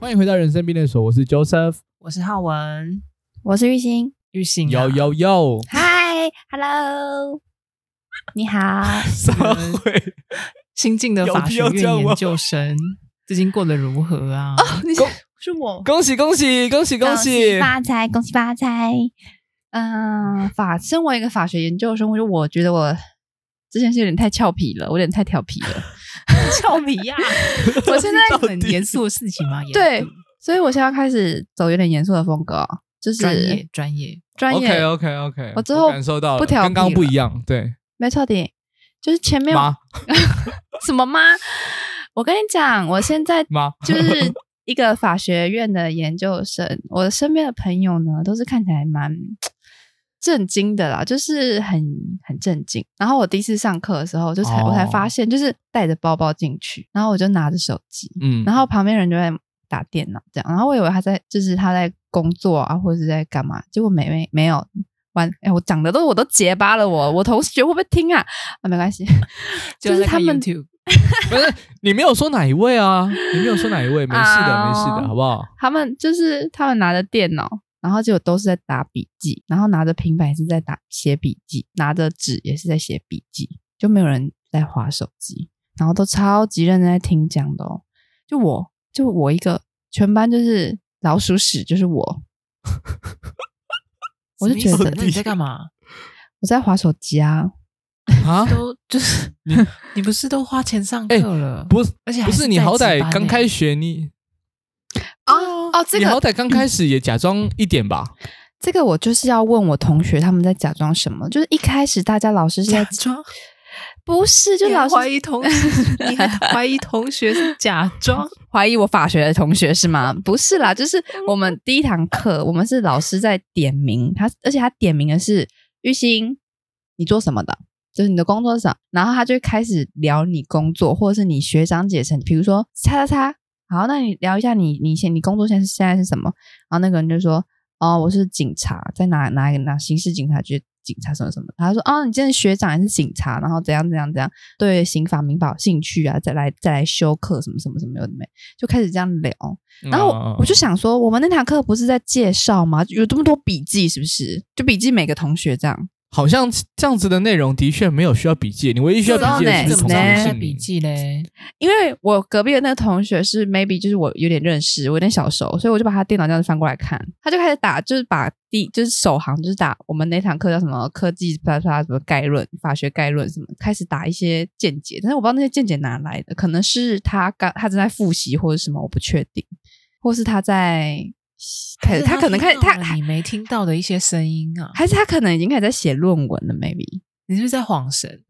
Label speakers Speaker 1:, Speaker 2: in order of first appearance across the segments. Speaker 1: 欢迎回到人生便利所，我是 Joseph。
Speaker 2: 我是浩文，
Speaker 3: 我是玉兴。
Speaker 2: 玉信、啊，
Speaker 1: 有有有，
Speaker 3: 嗨，Hello，你好。
Speaker 1: 怎么会？
Speaker 2: 新进的
Speaker 1: 有
Speaker 2: 法
Speaker 1: 必
Speaker 2: 学
Speaker 1: 要这样
Speaker 2: 院
Speaker 1: 吗
Speaker 2: 研究生，最近过得如何 啊？
Speaker 3: 你
Speaker 1: 恭
Speaker 3: 是我，
Speaker 1: 恭喜恭喜恭喜恭喜！
Speaker 3: 发财，恭喜发财。嗯，法，身为一个法学研究生，我就我觉得我之前是有点太俏皮了，我有点太调皮了，
Speaker 2: 俏皮呀、我现在很严肃的事情嘛，也
Speaker 3: 对所以我现在要开始走有点严肃的风格哦，就是
Speaker 2: 专业专业，
Speaker 3: 专
Speaker 1: OK
Speaker 3: 业，
Speaker 1: OK OK，
Speaker 3: 我之后
Speaker 1: 感受到了
Speaker 3: 不调皮
Speaker 1: 跟刚刚不
Speaker 3: 了
Speaker 1: 一样，对
Speaker 3: 没错的，就是前面
Speaker 1: 妈
Speaker 3: 什么吗？我跟你讲，我 现在
Speaker 1: 妈，
Speaker 3: 就是一个法学院的研究生，我身边的朋友呢，都是看起来蛮震惊的啦，就是很很震惊。然后我第一次上课的时候，就才、
Speaker 1: 哦
Speaker 3: 我才发现，就是带着包包进去，然后我就拿着手机，
Speaker 1: 嗯，
Speaker 3: 然后旁边人就在打电脑这样，然后我以为他在就是他在工作啊，或者是在干嘛，结果没没没有。完，哎、我讲的都我都结巴了我，我同学会不会听啊？啊，没关系，就是
Speaker 2: 在看
Speaker 3: 他们
Speaker 2: YouTube
Speaker 1: 不是你没有说哪一位啊？你没有说哪一位，没事的
Speaker 3: 啊
Speaker 1: 没事的，好不好？
Speaker 3: 他们就是他们拿着电脑，然后结果都是在打笔记，然后拿着平板也是在打写笔记，拿着纸也是在写笔记，就没有人在划手机，然后都超级认真在听讲的哦。就我就我一个，全班就是老鼠屎，就是我，我就觉得
Speaker 2: 什么意思那你在干 嘛？
Speaker 3: 我在划手机啊，
Speaker 1: 啊，
Speaker 2: 都就是
Speaker 1: 你哎
Speaker 2: 你不是都花钱上课了？
Speaker 1: 不是，
Speaker 2: 而且还
Speaker 1: 不
Speaker 2: 是
Speaker 1: 是你
Speaker 2: 在
Speaker 1: 好
Speaker 2: 值
Speaker 1: 歹
Speaker 2: 班
Speaker 1: 刚
Speaker 2: 欸
Speaker 1: 开学，你
Speaker 3: 哦哦，这
Speaker 1: 你好
Speaker 3: 个
Speaker 1: 歹刚开始也假装一点吧，
Speaker 3: 这个我就是要问我同学他们在假装什么，就是一开始大家老师是在
Speaker 2: 假装，
Speaker 3: 不是就
Speaker 2: 你还
Speaker 3: 老师
Speaker 2: 怀疑 同学，你还怀疑同学是假 装？
Speaker 3: 怀疑我法学的同学是吗？ 嗯不是啦，就是我们第一堂课，我们是老师在点名他，而且他点名的是玉兴，你做什么的？就是你的工作是什么？然后他就会开始聊你工作，或者是你学长姐成，比如说叉叉叉。好，那你聊一下你你现你工作现在是现在是什么？然后那个人就说：“哦，我是警察，在哪哪哪刑事警察局警察什么什么。”他说：“哦，你今天学长也是警察，然后怎样怎样怎样，对刑法民法有兴趣啊，再来再来修课什么什么什么有的没。”就开始这样聊。嗯然
Speaker 1: 嗯
Speaker 3: 后
Speaker 1: 哦
Speaker 3: 我我就想说，我们那堂课不是在介绍吗？有这么多笔记，是不是？就笔记每个同学这样。
Speaker 1: 好像这样子的内容的确没有需要笔记，你唯一需要笔记的
Speaker 3: 对
Speaker 1: 是
Speaker 2: 怎
Speaker 1: 同
Speaker 2: 么知道
Speaker 1: 学
Speaker 2: 你
Speaker 1: 的
Speaker 2: 在
Speaker 1: 姓
Speaker 2: 笔
Speaker 1: 名。
Speaker 2: 记嘞？
Speaker 3: 因为我隔壁的那个同学是 maybe 就是我有点认识，我有点小熟，所以我就把他电脑这样子翻过来看，他就开始打，就是把第就是首行就是打我们那堂课叫什么科技啪啪什么概论、法学概论什么，开始打一些见解，但是我不知道那些见解哪来的，可能是他刚他正在复习或者什么，我不确定，或是他在开
Speaker 2: 还是
Speaker 3: 他可能开始
Speaker 2: 听到
Speaker 3: 他
Speaker 2: 了你没听到的一些声音啊？
Speaker 3: 还是他可能已经开始在写论文了，maybe
Speaker 2: 你是不是在晃神？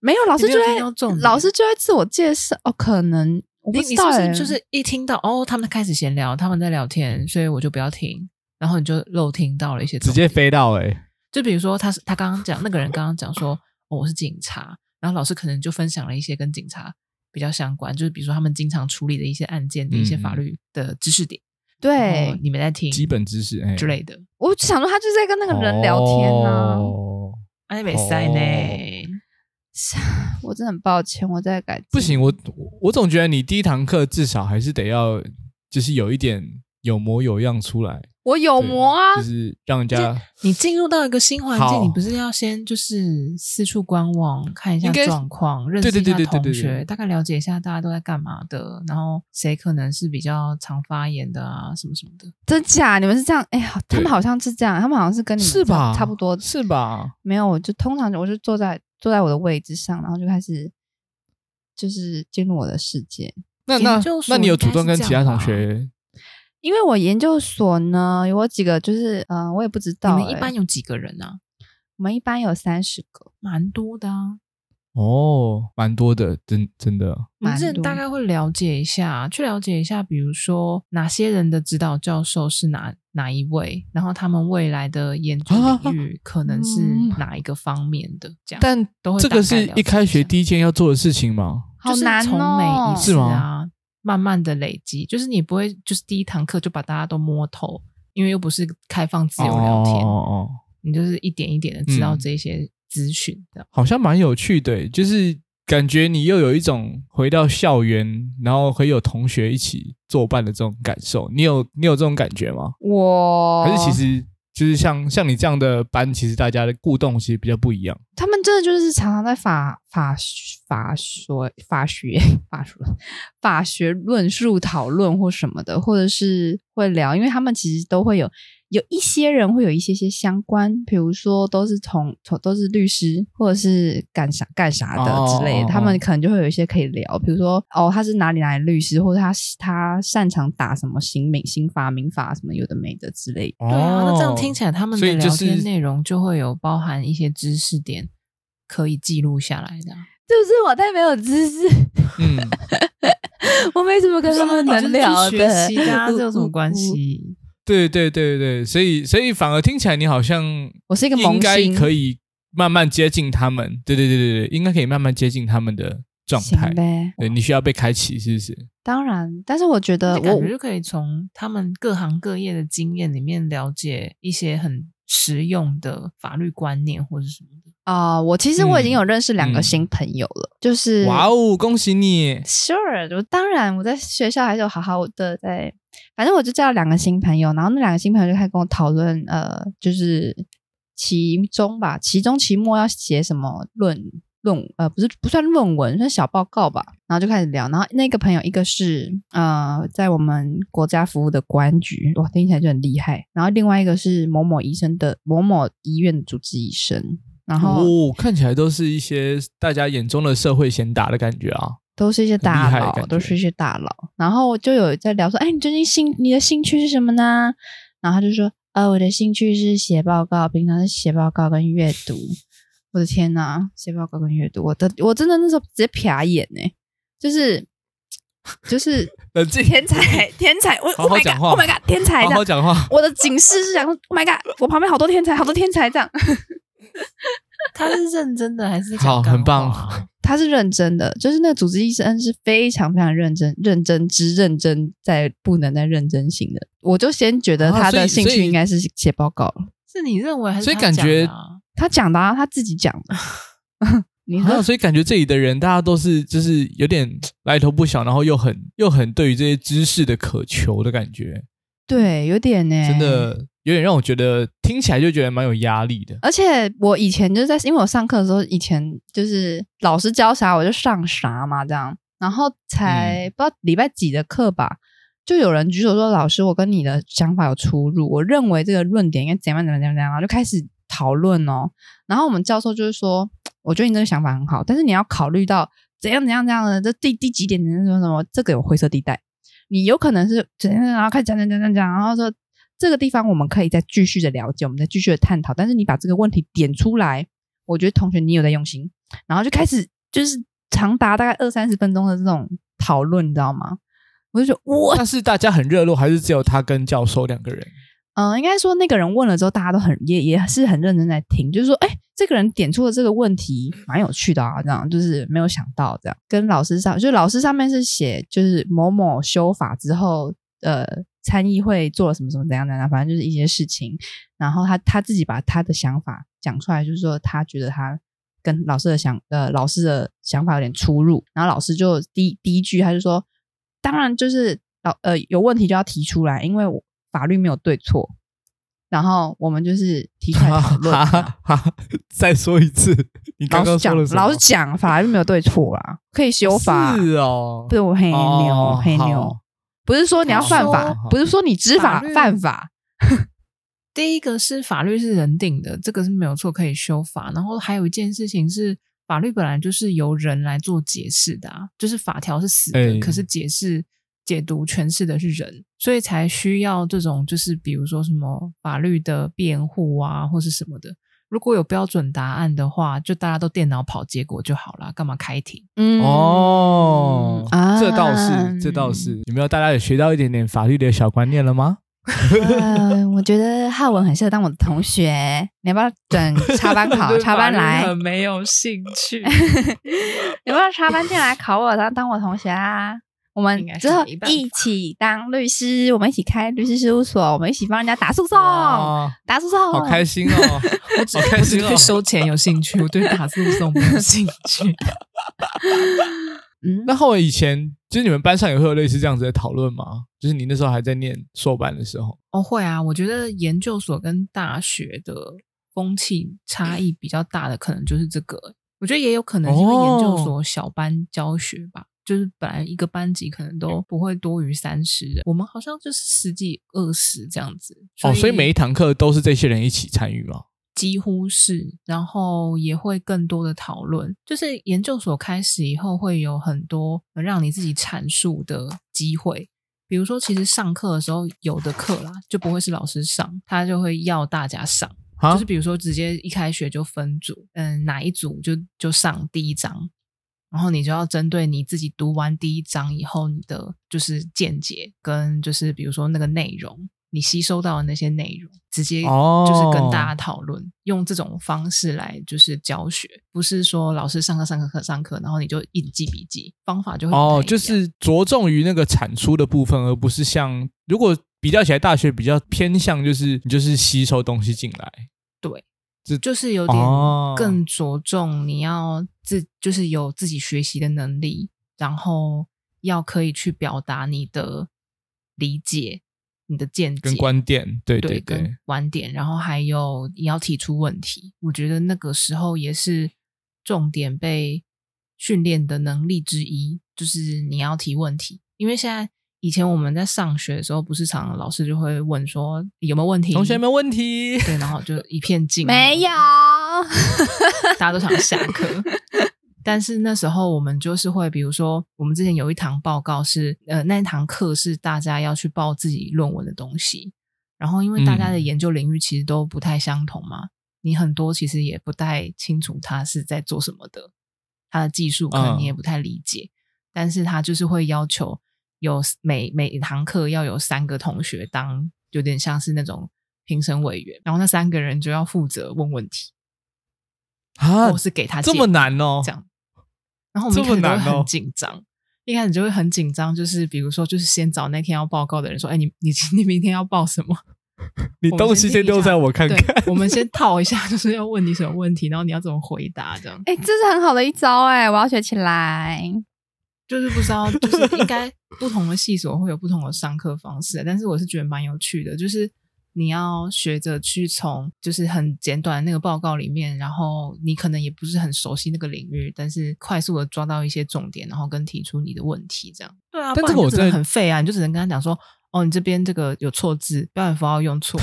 Speaker 3: 没有老师
Speaker 2: 你
Speaker 3: 就
Speaker 2: 没有听到重
Speaker 3: 会
Speaker 2: 点
Speaker 3: 老师就会自我介绍哦，可能我
Speaker 2: 你
Speaker 3: 不
Speaker 2: 你是
Speaker 3: 知道
Speaker 2: 不
Speaker 3: 欸
Speaker 2: 是就是一听到哦，他们开始闲聊，他们在聊天，所以我就不要听，然后你就漏听到了一些
Speaker 1: 直
Speaker 2: 重
Speaker 1: 接
Speaker 2: 点。
Speaker 1: 飞到哎、欸，
Speaker 2: 就比如说他是他刚刚讲那个人刚刚讲说、哦、我是警察，然后老师可能就分享了一些跟警察比较相关，就是比如说他们经常处理的一些案件的一些
Speaker 1: 嗯嗯
Speaker 2: 法律的知识点。
Speaker 3: 对
Speaker 2: 然后。你们在听
Speaker 1: 基本知识哎、欸、
Speaker 2: 之类的，
Speaker 3: 我就想说，他就是在跟那个人聊天啊呢、
Speaker 2: 啊
Speaker 1: 哦
Speaker 2: 哎，没塞呢。
Speaker 3: 我真的很抱歉，我在改进。
Speaker 1: 不行，我我我总觉得你第一堂课至少还是得要，就是有一点有模有样出来，
Speaker 3: 我有膜啊！
Speaker 1: 对就是让人家
Speaker 2: 你进入到一个新环境，
Speaker 1: 好
Speaker 2: 你不是要先就是四处观望，看一下
Speaker 1: 应该是
Speaker 2: 状况，认
Speaker 1: 对对
Speaker 2: 识一下
Speaker 1: 对对对
Speaker 2: 同
Speaker 1: 对对
Speaker 2: 学，大概了解一下大家都在干嘛的，然后谁可能是比较常发言的啊，什么什么的。
Speaker 3: 真假？你们是这样？哎、呀，他们好像是这样，他们好像是
Speaker 2: 嗯
Speaker 3: 跟你们
Speaker 1: 是吧？
Speaker 3: 差不多。
Speaker 1: 是吧？
Speaker 3: 没有，我就通常我就坐在坐在我的位置上，然后就开始就是进入我的世界。
Speaker 1: 那那
Speaker 2: 研究所
Speaker 1: 那你有
Speaker 2: 应该
Speaker 1: 主动跟
Speaker 2: 是
Speaker 1: 其
Speaker 2: 这
Speaker 1: 他
Speaker 2: 样
Speaker 1: 同
Speaker 2: 吧
Speaker 1: 学？
Speaker 3: 因为我研究所呢，有我几个就是，嗯、我也不知
Speaker 2: 你
Speaker 3: 道、
Speaker 2: 们一
Speaker 3: 哎
Speaker 2: 般有几个人啊？
Speaker 3: 我们一般有三十个，
Speaker 2: 蛮多的啊。
Speaker 1: 哦，蛮多的，真真的，
Speaker 2: 我们
Speaker 3: 蛮
Speaker 2: 这
Speaker 3: 多
Speaker 2: 大概会了解一下，啊去了解一下，比如说哪些人的指导教授是哪哪一位，然后他们未来的研究领域可能是
Speaker 1: 啊嗯
Speaker 2: 哪一个方面的，这样。
Speaker 1: 但
Speaker 2: 都啊会
Speaker 1: 这
Speaker 2: 大
Speaker 1: 个
Speaker 2: 概
Speaker 1: 是
Speaker 2: 了
Speaker 1: 一
Speaker 2: 解
Speaker 1: 开学
Speaker 2: 下
Speaker 1: 第一件要做的事情吗？
Speaker 3: 好难
Speaker 2: 就是从每
Speaker 3: 哦
Speaker 2: 一。
Speaker 1: 是
Speaker 2: 次啊
Speaker 1: 吗，
Speaker 2: 慢慢的累积，就是你不会就是第一堂课就把大家都摸透，因为又不是开放自由聊天，
Speaker 1: 哦哦哦
Speaker 2: 你就是一点一点的知道
Speaker 1: 嗯
Speaker 2: 这些资讯的。
Speaker 1: 好像蛮有趣的欸，就是感觉你又有一种回到校园，然后可以有同学一起作伴的这种感受。你有你有这种感觉吗？
Speaker 3: 我
Speaker 1: 可是其实就是像像你这样的班，其实大家的互动其实比较不一样。
Speaker 3: 他们真的就是常常在法法法说法学法说法学论述讨论或什么的，或者是会聊，因为他们其实都会有有一些人会有一些些相关，比如说都是从从都是律师或者是干啥干啥的之类
Speaker 1: 哦
Speaker 3: 的，
Speaker 1: 哦哦
Speaker 3: 他们可能就会有一些可以聊，比如说哦他是哪里哪里律师，或者他他擅长打什么刑民刑法民法什么有的没的之类的。
Speaker 1: 对
Speaker 2: 对啊，那这样听起来他
Speaker 1: 哦
Speaker 2: 们
Speaker 1: 所
Speaker 2: 的
Speaker 1: 以就
Speaker 2: 聊
Speaker 1: 是
Speaker 2: 天内容就会有包含一些知识点可以记录下来的啊。
Speaker 3: 就是我太没有知识，
Speaker 1: 嗯，
Speaker 3: 我没什么跟他们能聊
Speaker 2: 就是学
Speaker 3: 的
Speaker 2: 习。的 啊，
Speaker 3: 我
Speaker 2: 这有什么关？系？
Speaker 1: 对对对对，所以所以反而听起来你好像
Speaker 3: 我我是一个
Speaker 1: 应
Speaker 3: 萌
Speaker 1: 该
Speaker 3: 新，
Speaker 1: 可以慢慢接近他们。对对对对对，应该可以慢慢接近他们的状态
Speaker 3: 行。呗。
Speaker 1: 对你需要被开启，是不是？
Speaker 3: 当然，但是我觉得
Speaker 2: 就感
Speaker 3: 我
Speaker 2: 觉就可以从他们各行各业的经验里面了解一些很实用的法律观念或者什么的。
Speaker 3: 啊、我其实我已经有认识两个
Speaker 1: 嗯
Speaker 3: 新朋友了，就是
Speaker 1: 哇哦，恭喜你！
Speaker 3: Sure，我当然我在学校还是有好好的在，反正我就交了两个新朋友，然后那两个新朋友就开始跟我讨论，呃，就是期中吧，期中期末要写什么论论，呃，不是不算论文，算小报告吧，然后就开始聊。然后那个朋友一个是呃，在我们国家服务的国安局，哇，听起来就很厉害。然后另外一个是某某医生的某某医院的主治医生，然后
Speaker 1: 哦，看起来都是一些大家眼中的社会贤达的感觉啊。
Speaker 3: 都是一些大
Speaker 1: 很厉害的
Speaker 3: 佬，
Speaker 1: 感
Speaker 3: 都
Speaker 1: 觉
Speaker 3: 是一些大佬。然后就有在聊说，哎，你最近兴你的兴趣是什么呢？然后他就说，呃，我的兴趣是写报告，平常是写报告跟阅读。 我的天呐，写报告跟阅读，我的我真的那时候直接瞟眼呢、就是就是
Speaker 1: 冷静，
Speaker 3: 天才天才，我
Speaker 1: 好好
Speaker 3: Oh my
Speaker 1: 讲话
Speaker 3: God，Oh my God，天才
Speaker 1: 好
Speaker 3: 这
Speaker 1: 好
Speaker 3: 样。
Speaker 1: 讲话。
Speaker 3: 我的警示是想说，Oh my God，我旁边好多天才，好多天才这样。
Speaker 2: 他是认真的还是讲
Speaker 1: 好
Speaker 2: 干
Speaker 1: 很棒
Speaker 2: 话啊
Speaker 3: 他是认真的，就是那个主治医生是非常非常认真、认真之认真，在不能再认真型的。我就先觉得
Speaker 1: 啊
Speaker 3: 他
Speaker 1: 所
Speaker 3: 的
Speaker 1: 以
Speaker 3: 兴
Speaker 1: 所
Speaker 3: 趣
Speaker 1: 以
Speaker 3: 应该是写报告了。
Speaker 2: 是你认为还是
Speaker 1: 所以
Speaker 2: 他
Speaker 1: 感
Speaker 2: 讲的
Speaker 1: 觉
Speaker 2: 啊
Speaker 3: 他讲的、啊，他自己讲的。 你
Speaker 1: 啊，
Speaker 3: 说
Speaker 1: 所以感觉这里的人大家都是就是有点来头不小，然后又很又很对于这些知识的渴求的感觉，
Speaker 3: 对，有点呢、
Speaker 1: 真。的有点让我觉得听起来就觉得蛮有压力的。
Speaker 3: 而且我以前就在，因为我上课的时候，以前就是老师教啥我就上啥嘛，这样。然后才、不知道礼拜几的课吧，就有人举手说：“老师，我跟你的想法有出入，我认为这个论点应该怎样怎样怎样怎样。”然后就开始讨论哦。然后我们教授就是说：“我觉得你这个想法很好，但是你要考虑到怎样怎样怎样的，这第第几点怎样怎样什么，这个有灰色地带。你有可能是怎样，然后开始讲讲讲讲讲，然后说这个地方我们可以再继续的了解，我们再继续的探讨。但是你把这个问题点出来，我觉得同学你有在用心，然后就开始就是长达大概二三十分钟的这种讨论，你知道吗？我就觉得哇，
Speaker 1: 但是大家很热络，还是只有他跟教授两个人？
Speaker 3: 嗯、应该说那个人问了之后，大家都很也也是很认真在听，就是说，哎、这个人点出了这个问题，蛮有趣的啊，这样就是没有想到这样。跟老师上，就老师上面是写就是某某修法之后，呃，参议会做了什么什么怎样怎样，反正就是一些事情。然后他他自己把他的想法讲出来，就是说他觉得他跟老师的想呃老师的想法有点出入，然后老师就第一第一句他就说，当然就是老呃有问题就要提出来，因为我法律没有对错，然后我们就是提出来讨论。这样
Speaker 1: 哈 哈，再说一次，你刚
Speaker 3: 老
Speaker 1: 刚
Speaker 3: 实
Speaker 1: 说了
Speaker 3: 讲，
Speaker 1: 什么？
Speaker 3: 老实讲，法律没有对错啦，可以修法。
Speaker 1: 是哦，
Speaker 3: 不是我黑牛、
Speaker 1: 哦
Speaker 3: 黑牛
Speaker 1: 好，
Speaker 3: 不是说你要犯
Speaker 2: 好
Speaker 3: 法
Speaker 1: 好，
Speaker 3: 不是说你知法
Speaker 2: 法律
Speaker 3: 犯法，
Speaker 2: 第一个是法律是人定的，这个是没有错，可以修法。然后还有一件事情是，法律本来就是由人来做解释的啊，就是法条是死的，
Speaker 1: 哎
Speaker 2: 可是解释、解读、诠释的是人，所以才需要这种就是比如说什么法律的辩护啊，或是什么的。如果有标准答案的话，就大家都电脑跑结果就好啦，干嘛开庭？
Speaker 3: 嗯，
Speaker 1: 哦
Speaker 3: 嗯啊
Speaker 1: 这倒是，这倒
Speaker 2: 啊
Speaker 1: 是，有没有大家有学到一点点法律的小观念了吗？
Speaker 3: 呃，我觉得浩文很适合当我的同学，你要不要转 插班考？
Speaker 2: 对
Speaker 3: 插班来
Speaker 2: 法律，很没有兴趣。
Speaker 3: 你要不要插班进来考我，然后当我同学啊？我们
Speaker 2: 应该是
Speaker 3: 之后
Speaker 2: 没办法
Speaker 3: 一起当律师，我们一起开律师事务所，我们一起帮人家打诉讼，
Speaker 2: 哦
Speaker 1: 哇
Speaker 3: 打诉讼，
Speaker 1: 好开心 哦，好开
Speaker 2: 我只
Speaker 1: 心哦
Speaker 2: 对！收钱有兴趣，我对打诉讼没有兴趣。
Speaker 3: 嗯，
Speaker 1: 那后来以前就是你们班上也会有类似这样子的讨论吗？就是你那时候还在念硕班的时候，
Speaker 2: 哦，会啊，我觉得研究所跟大学的风气差异比较大的，可能就是这个。我觉得也有可能是因为研究所小班教学吧，就是本来一个班级可能都不会多于三十人，我们好像就是十几、二十这样子。
Speaker 1: 哦，所以每一堂课都是这些人一起参与吗？
Speaker 2: 几乎是，然后也会更多的讨论。就是研究所开始以后，会有很多呃让你自己阐述的机会。比如说，其实上课的时候，有的课啦就不会是老师上，他就会要大家上，
Speaker 1: 啊
Speaker 2: 就是比如说直接一开学就分组，嗯，哪一组就就上第一章，然后你就要针对你自己读完第一章以后，你的就是见解跟就是比如说那个内容，你吸收到的那些内容，直接
Speaker 1: 哦
Speaker 2: 就是跟大家讨论，用这种方式来就是教学，不是说老师上课上课课上课，然后你就一直记笔记，方法就会不太一
Speaker 1: 哦，
Speaker 2: 样
Speaker 1: 就是着重于那个产出的部分，而不是像如果比较起来，大学比较偏向就是你就是吸收东西进来。
Speaker 2: 就是有点
Speaker 1: 哦
Speaker 2: 更着重你要自，就是有自己学习的能力，然后要可以去表达你的理解、你的见解、
Speaker 1: 跟观点，对
Speaker 2: 对
Speaker 1: 对
Speaker 2: 跟，观点，然后还有你要提出问题。我觉得那个时候也是重点被训练的能力之一，就是你要提问题。因为现在以前我们在上学的时候，不是常老师就会问说有没有问题，
Speaker 1: 同学没问题。
Speaker 2: 对，然后就一片静默，
Speaker 3: 没有，
Speaker 2: 大家都想下课。但是那时候我们就是会，比如说我们之前有一堂报告是，呃，那一堂课是大家要去报自己论文的东西。然后因为大家的
Speaker 1: 嗯
Speaker 2: 研究领域其实都不太相同嘛，你很多其实也不太清楚他是在做什么的，他的技术可能
Speaker 1: 嗯
Speaker 2: 你也不太理解。但是他就是会要求有每每一堂课要有三个同学当，有点像是那种评审委员，然后那三个人就要负责问问题。
Speaker 1: 啊
Speaker 2: 或，是给他
Speaker 1: 这
Speaker 2: 建
Speaker 1: 么
Speaker 2: 议
Speaker 1: 难哦
Speaker 2: 这样。然后我们一
Speaker 1: 这么
Speaker 2: 开始都会
Speaker 1: 难哦
Speaker 2: 很紧张，一开始就会很紧张，就是比如说，就是先找那天要报告的人说：“哎，你你你明天要报什么
Speaker 1: 你
Speaker 2: 我们
Speaker 1: 东
Speaker 2: 先
Speaker 1: 西
Speaker 2: 定
Speaker 1: 先
Speaker 2: 一
Speaker 1: 丢
Speaker 2: 下
Speaker 1: 在我？”看
Speaker 2: 对
Speaker 1: 看。，
Speaker 2: 我们先套一下， 就是要问你什么问题，然后你要怎么回答，这样
Speaker 3: 哎、这是很好的一招哎、我要学起来。
Speaker 2: 就是不知 道，就是应该不同的系所会有不同的上课方式，啊但是我是觉得蛮有趣的，就是。你要学着去从就是很简短的那个报告里面，然后你可能也不是很熟悉那个领域，但是快速的抓到一些重点，然后跟提出你的问题，这样。对啊，
Speaker 1: 但
Speaker 2: 不
Speaker 1: 这
Speaker 2: 然
Speaker 1: 个
Speaker 2: 你
Speaker 1: 我
Speaker 2: 就只能
Speaker 1: 真的
Speaker 2: 很废啊，你就只能跟他讲说，哦，你这边这个有错字，标点符号 用错。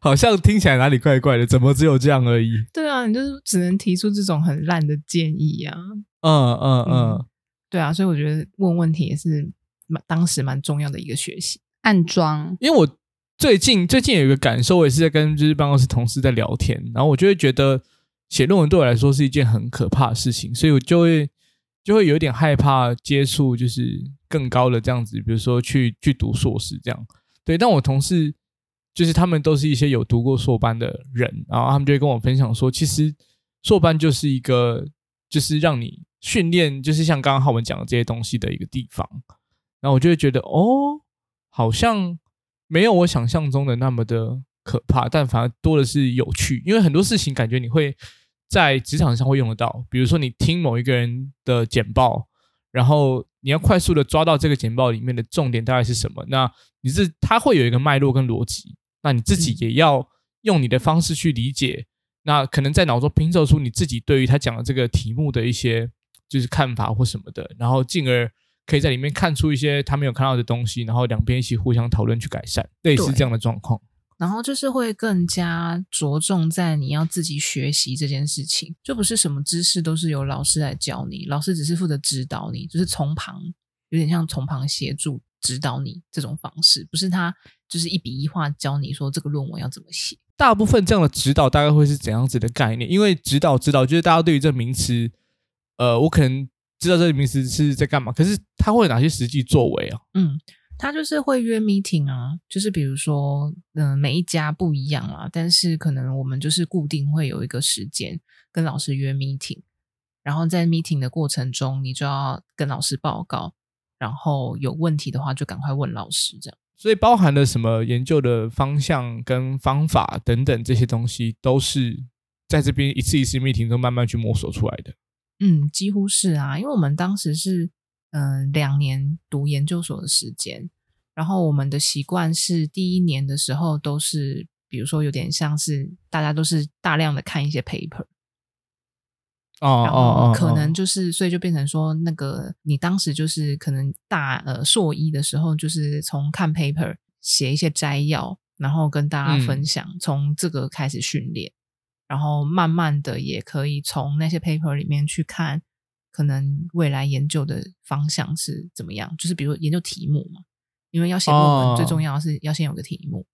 Speaker 1: 好像听起来哪里怪怪的，怎么只有这样而已？
Speaker 2: 对啊，你就是只能提出这种很烂的建议啊。
Speaker 1: 嗯嗯嗯
Speaker 2: 嗯，对啊，所以我觉得问问题也是蛮当时蛮重要的一个学习。
Speaker 3: 暗装，
Speaker 1: 因为我最近最近有一个感受，我也是在跟就是办公室同事在聊天，然后我就会觉得写论文对我来说是一件很可怕的事情，所以我就会就会有点害怕接触就是更高的这样子，比如说去去读硕士这样。对，但我同事就是他们都是一些有读过硕班的人，然后他们就会跟我分享说，其实硕班就是一个就是让你训练，就是像刚刚浩文讲的这些东西的一个地方。然后我就会觉得，哦，好像没有我想象中的那么的可怕，但反而多的是有趣，因为很多事情感觉你会在职场上会用得到，比如说你听某一个人的简报，然后你要快速的抓到这个简报里面的重点大概是什么，那你是它会有一个脉络跟逻辑，那你自己也要用你的方式去理解，那可能在脑中拼凑出你自己对于他讲的这个题目的一些就是看法或什么的，然后进而。可以在里面看出一些他没有看到的东西，然后两边一起互相讨论去改善，类似
Speaker 2: 对
Speaker 1: 这样的状况。
Speaker 2: 然后就是会更加着重在你要自己学习这件事情，就不是什么知识都是由老师来教你，老师只是负责指导你，就是从旁，有点像从旁协助指导你这种方式，不是他就是一笔一画教你说这个论文要怎么写。
Speaker 1: 大部分这样的指导大概会是怎样子的概念？因为指导指导就是大家对于这名词，呃，我可能知道这个名词是在干嘛，可是它会有哪些实际作为啊？
Speaker 2: 嗯，他就是会约 meeting 啊，就是比如说，嗯、每一家不一样啊，但是可能我们就是固定会有一个时间跟老师约 meeting，然后在 meeting 的过程中，你就要跟老师报告，然后有问题的话就赶快问老师，这样。
Speaker 1: 所以包含了什么研究的方向跟方法等等这些东西，都是在这边一次一次 meeting 中慢慢去摸索出来的。
Speaker 2: 嗯，几乎是啊，因为我们当时是嗯、呃两年读研究所的时间，然后我们的习惯是第一年的时候都是，比如说有点像是大家都是大量的看一些 paper，
Speaker 1: 哦
Speaker 2: 然后
Speaker 1: 哦哦，
Speaker 2: 可能
Speaker 1: 就
Speaker 2: 就是，所以就变成说，那个你当时就是可能大呃硕一的时候，就是从看 paper 写一些摘要，然后跟大家
Speaker 1: 嗯
Speaker 2: 分享，从这个开始训练，然后慢慢的也可以从那些 paper 里面去看，可能未来研究的方向是怎么样，就是比如研究题目嘛，因为要写论文，
Speaker 1: 哦
Speaker 2: 最重要的是要先有个题目。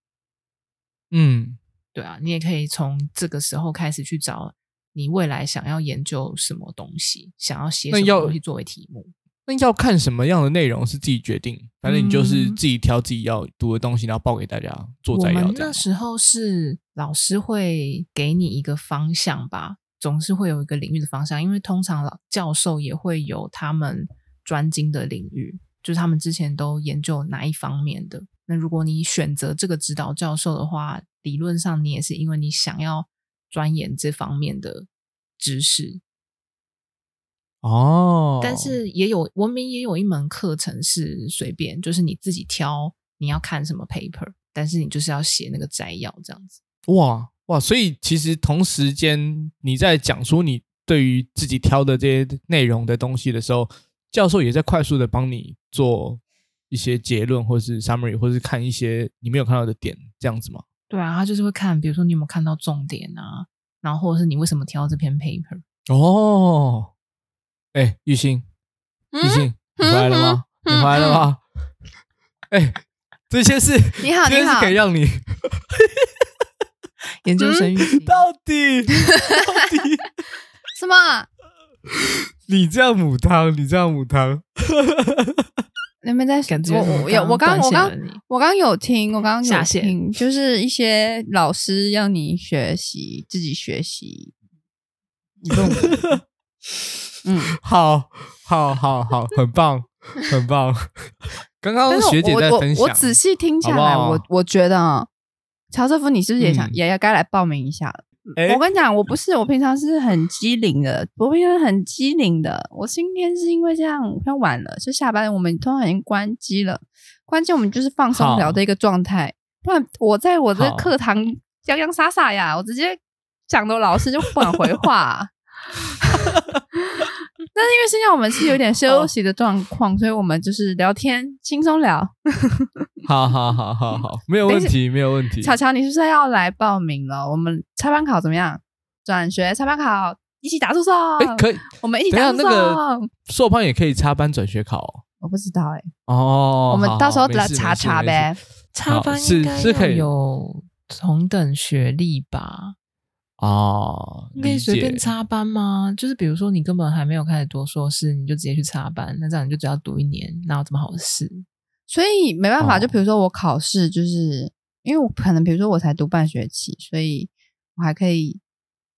Speaker 1: 嗯
Speaker 2: 对啊，你也可以从这个时候开始去找你未来想要研究什么东西，想要写
Speaker 1: 那
Speaker 2: 什么
Speaker 1: 要
Speaker 2: 东西作为题目。
Speaker 1: 那要看什么样的内容是自己决定，反正你就是
Speaker 2: 嗯
Speaker 1: 自己挑自己要读的东西，然后报给大家做
Speaker 2: 我
Speaker 1: 摘要
Speaker 2: 们
Speaker 1: 这样
Speaker 2: 那。时候是老师会给你一个方向吧，总是会有一个领域的方向，因为通常老教授也会有他们专精的领域，就是他们之前都研究哪一方面的。那如果你选择这个指导教授的话，理论上你也是因为你想要钻研这方面的知识，
Speaker 1: 哦，
Speaker 2: 但是也有文明也有一门课程是随便，就是你自己挑你要看什么 paper，但是你就是要写那个摘要这样子。
Speaker 1: 哇哇，所以其实同时间你在讲出你对于自己挑的这些内容的东西的时候，教授也在快速的帮你做一些结论，或是 summary，或是看一些你没有看到的点，这样子吗？
Speaker 2: 对啊，他就是会看，比如说你有没有看到重点啊，然后或者是你为什么挑这篇 paper。
Speaker 1: 哦，哎，玉兴，玉兴，你回来了吗？你回来了吗？哎，这些是
Speaker 3: 你好
Speaker 1: 这些
Speaker 3: 你
Speaker 1: 是
Speaker 3: 好
Speaker 1: 可以让你
Speaker 2: 研究生预期、
Speaker 1: 到底到底
Speaker 3: 什么？
Speaker 1: 你这样母汤，你这样母汤，
Speaker 3: 你们在
Speaker 2: 感觉
Speaker 3: 我我有我刚我刚我刚有听，我刚刚
Speaker 2: 下
Speaker 3: 有
Speaker 2: 线
Speaker 3: 听，就是一些老师要你学习，自己学习。你不用管， 嗯，
Speaker 1: 好，好，好，好，很棒，很棒。刚刚
Speaker 3: 但是 我
Speaker 1: 学姐在
Speaker 3: 我
Speaker 1: 分
Speaker 3: 我
Speaker 1: 享，
Speaker 3: 我仔细听下来，
Speaker 1: 好不好
Speaker 3: 我我觉得啊，乔瑟夫，你是不是也想、
Speaker 1: 嗯
Speaker 3: 也要该来报名一下了？
Speaker 1: 哎
Speaker 3: 我跟你讲，我不是，我平常是很机灵的，我平常很机灵的。我今天是因为这样，我要晚了，就下班，我们通常已经关机了。关键我们就是放松
Speaker 1: 好
Speaker 3: 聊的一个状态，不然我在我的
Speaker 1: 好
Speaker 3: 课堂洋洋洒洒呀，我直接讲的老师就不敢回话、 但是因为现在我们是有点
Speaker 1: 哦
Speaker 3: 休息的状况，所以我们就是聊天，轻松聊。
Speaker 1: 好好好好好，没有问题，没有问题。
Speaker 3: 巧巧，你是不是要来报名了？我们插班考怎么样？转学插班考一起打助手，
Speaker 1: 哎，可以，
Speaker 3: 我们一起
Speaker 1: 等一
Speaker 3: 打
Speaker 1: 下
Speaker 3: 助
Speaker 1: 那
Speaker 3: 手。
Speaker 1: 个硕胖也可以插班转学考
Speaker 3: 我不知道哎、
Speaker 1: 哦。哦，
Speaker 3: 我们
Speaker 1: 好
Speaker 3: 到时候来
Speaker 1: 没事
Speaker 3: 查查
Speaker 1: 没事没事
Speaker 3: 呗。
Speaker 2: 插班
Speaker 1: 是
Speaker 2: 应该
Speaker 1: 是可
Speaker 2: 要
Speaker 1: 以
Speaker 2: 有同等学历吧？
Speaker 1: 哦，
Speaker 2: 你可以
Speaker 1: 理
Speaker 2: 随便
Speaker 1: 解
Speaker 2: 插班吗？就是比如说你根本还没有开始读硕士，你就直接去插班，那这样你就只要读一年，哪有这么好的事？
Speaker 3: 所以没办法，
Speaker 1: 哦
Speaker 3: 就比如说我考试，就是因为我可能比如说我才读半学期，所以我还可以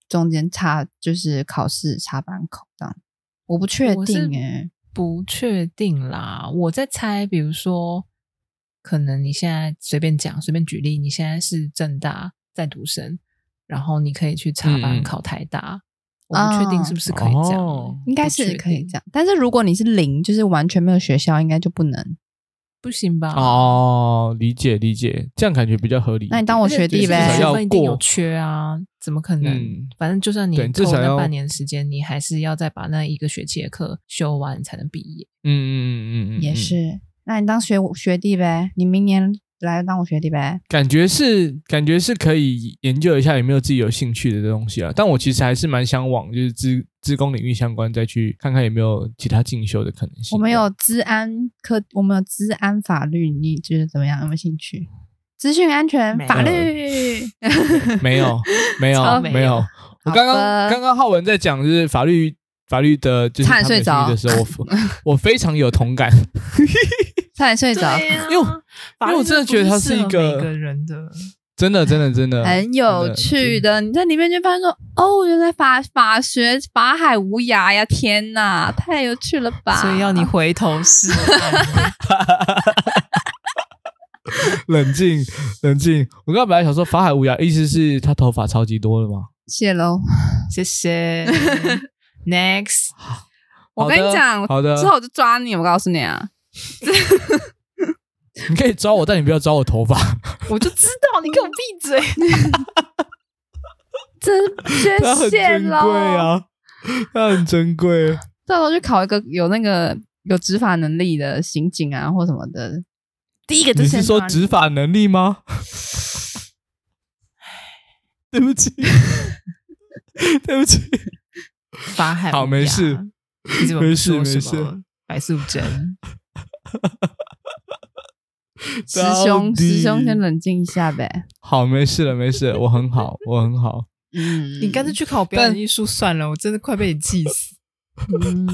Speaker 3: 中间插就是考试插班考这样。我不确
Speaker 2: 我是
Speaker 3: 定哎、
Speaker 2: 不确定啦，我在猜，比如说，可能你现在随便讲，随便举例，你现在是正大在读生，然后你可以去插
Speaker 1: 嗯嗯
Speaker 2: 班考台大，我不确定是不是可以这样，
Speaker 1: 哦
Speaker 3: 应该
Speaker 2: 不
Speaker 3: 是
Speaker 2: 确
Speaker 3: 可以
Speaker 2: 定
Speaker 3: 这样，但是如果你是零，就是完全没有学校，应该就不能。
Speaker 2: 不行吧？
Speaker 1: 哦，理解理解，这样感觉比较合理一点。
Speaker 3: 那你当我
Speaker 2: 而且
Speaker 3: 学弟
Speaker 2: 就是
Speaker 3: 呗
Speaker 1: 至
Speaker 2: 学
Speaker 1: 少要
Speaker 2: 分一定有
Speaker 1: 过
Speaker 2: 缺啊，怎么可能？
Speaker 1: 嗯
Speaker 2: 反正就算你
Speaker 1: 对至
Speaker 2: 扣
Speaker 1: 少
Speaker 2: 那
Speaker 1: 要
Speaker 2: 半年时间，你还是要再把那一个学期的课修完才能毕业。
Speaker 1: 嗯嗯嗯嗯嗯，
Speaker 3: 也
Speaker 1: 嗯
Speaker 3: 是，那你当学学弟呗，你明年来当我学弟呗。
Speaker 1: 感觉是感觉是可以研究一下有没有自己有兴趣的东西啊。但我其实还是蛮向往，就是资资工领域相关，再去看看有没有其他进修的可能性。
Speaker 3: 我们有治安科，我们有治安法律，你觉得怎么样？有没有兴趣？资讯安全
Speaker 2: 没
Speaker 3: 法
Speaker 1: 有
Speaker 3: 律，
Speaker 1: 没有没有
Speaker 3: 超
Speaker 1: 没
Speaker 2: 没有
Speaker 1: 有？我刚
Speaker 3: 好吧
Speaker 1: 刚刚刚浩文在讲就是法律法律的，就是
Speaker 3: 差点
Speaker 1: 他们
Speaker 3: 睡着
Speaker 1: 的时候，我我非常有同感，
Speaker 3: 差点睡着，
Speaker 1: 因为我因为我真的觉得它是一个
Speaker 2: 每个人的。
Speaker 1: 真的真的真的
Speaker 3: 很有趣。的。你在里面就发现说，哦，原来法法学法海无涯呀！天哪，太有趣了吧！
Speaker 2: 所以要你回头是 岸。
Speaker 1: 真的冷静冷静。我刚刚本来想说法海无涯，意思是他头发超级多了吗？
Speaker 3: 谢喽。
Speaker 2: 谢谢。 Next，
Speaker 3: 我跟
Speaker 1: 好
Speaker 3: 你
Speaker 1: 的
Speaker 3: 讲，
Speaker 1: 好的
Speaker 3: 之，后我就抓你，我告诉你啊，
Speaker 1: 你可以抓我，但你不要抓我头发。
Speaker 2: 我就知道你给我闭嘴。
Speaker 3: 真
Speaker 1: 它
Speaker 3: 谢
Speaker 1: 很
Speaker 3: 谢
Speaker 1: 珍贵
Speaker 3: 喽。
Speaker 1: 啊，它很珍贵。
Speaker 3: 到时候去考一个有那个有执法能力的刑警啊，或什么的。第一个就
Speaker 1: 你是
Speaker 3: 先
Speaker 1: 说
Speaker 3: 抓
Speaker 1: 执法能力 吗？对不起， 对不起，
Speaker 2: 法海
Speaker 1: 好
Speaker 2: 无
Speaker 1: 没
Speaker 2: 涯
Speaker 1: 事，
Speaker 2: 你怎么
Speaker 1: 没
Speaker 2: 不
Speaker 1: 事
Speaker 2: 说
Speaker 1: 没
Speaker 2: 什
Speaker 1: 事
Speaker 2: 么白素贞？
Speaker 3: 师
Speaker 1: 到
Speaker 3: 兄，
Speaker 1: 底
Speaker 3: 师兄先冷静一 下呗。
Speaker 1: 好，没事了，没事了，我很好，我很 好。
Speaker 3: 嗯，
Speaker 2: 你干脆去考表演
Speaker 1: 但
Speaker 2: 艺术算了，我真的快被你气死。
Speaker 3: 嗯，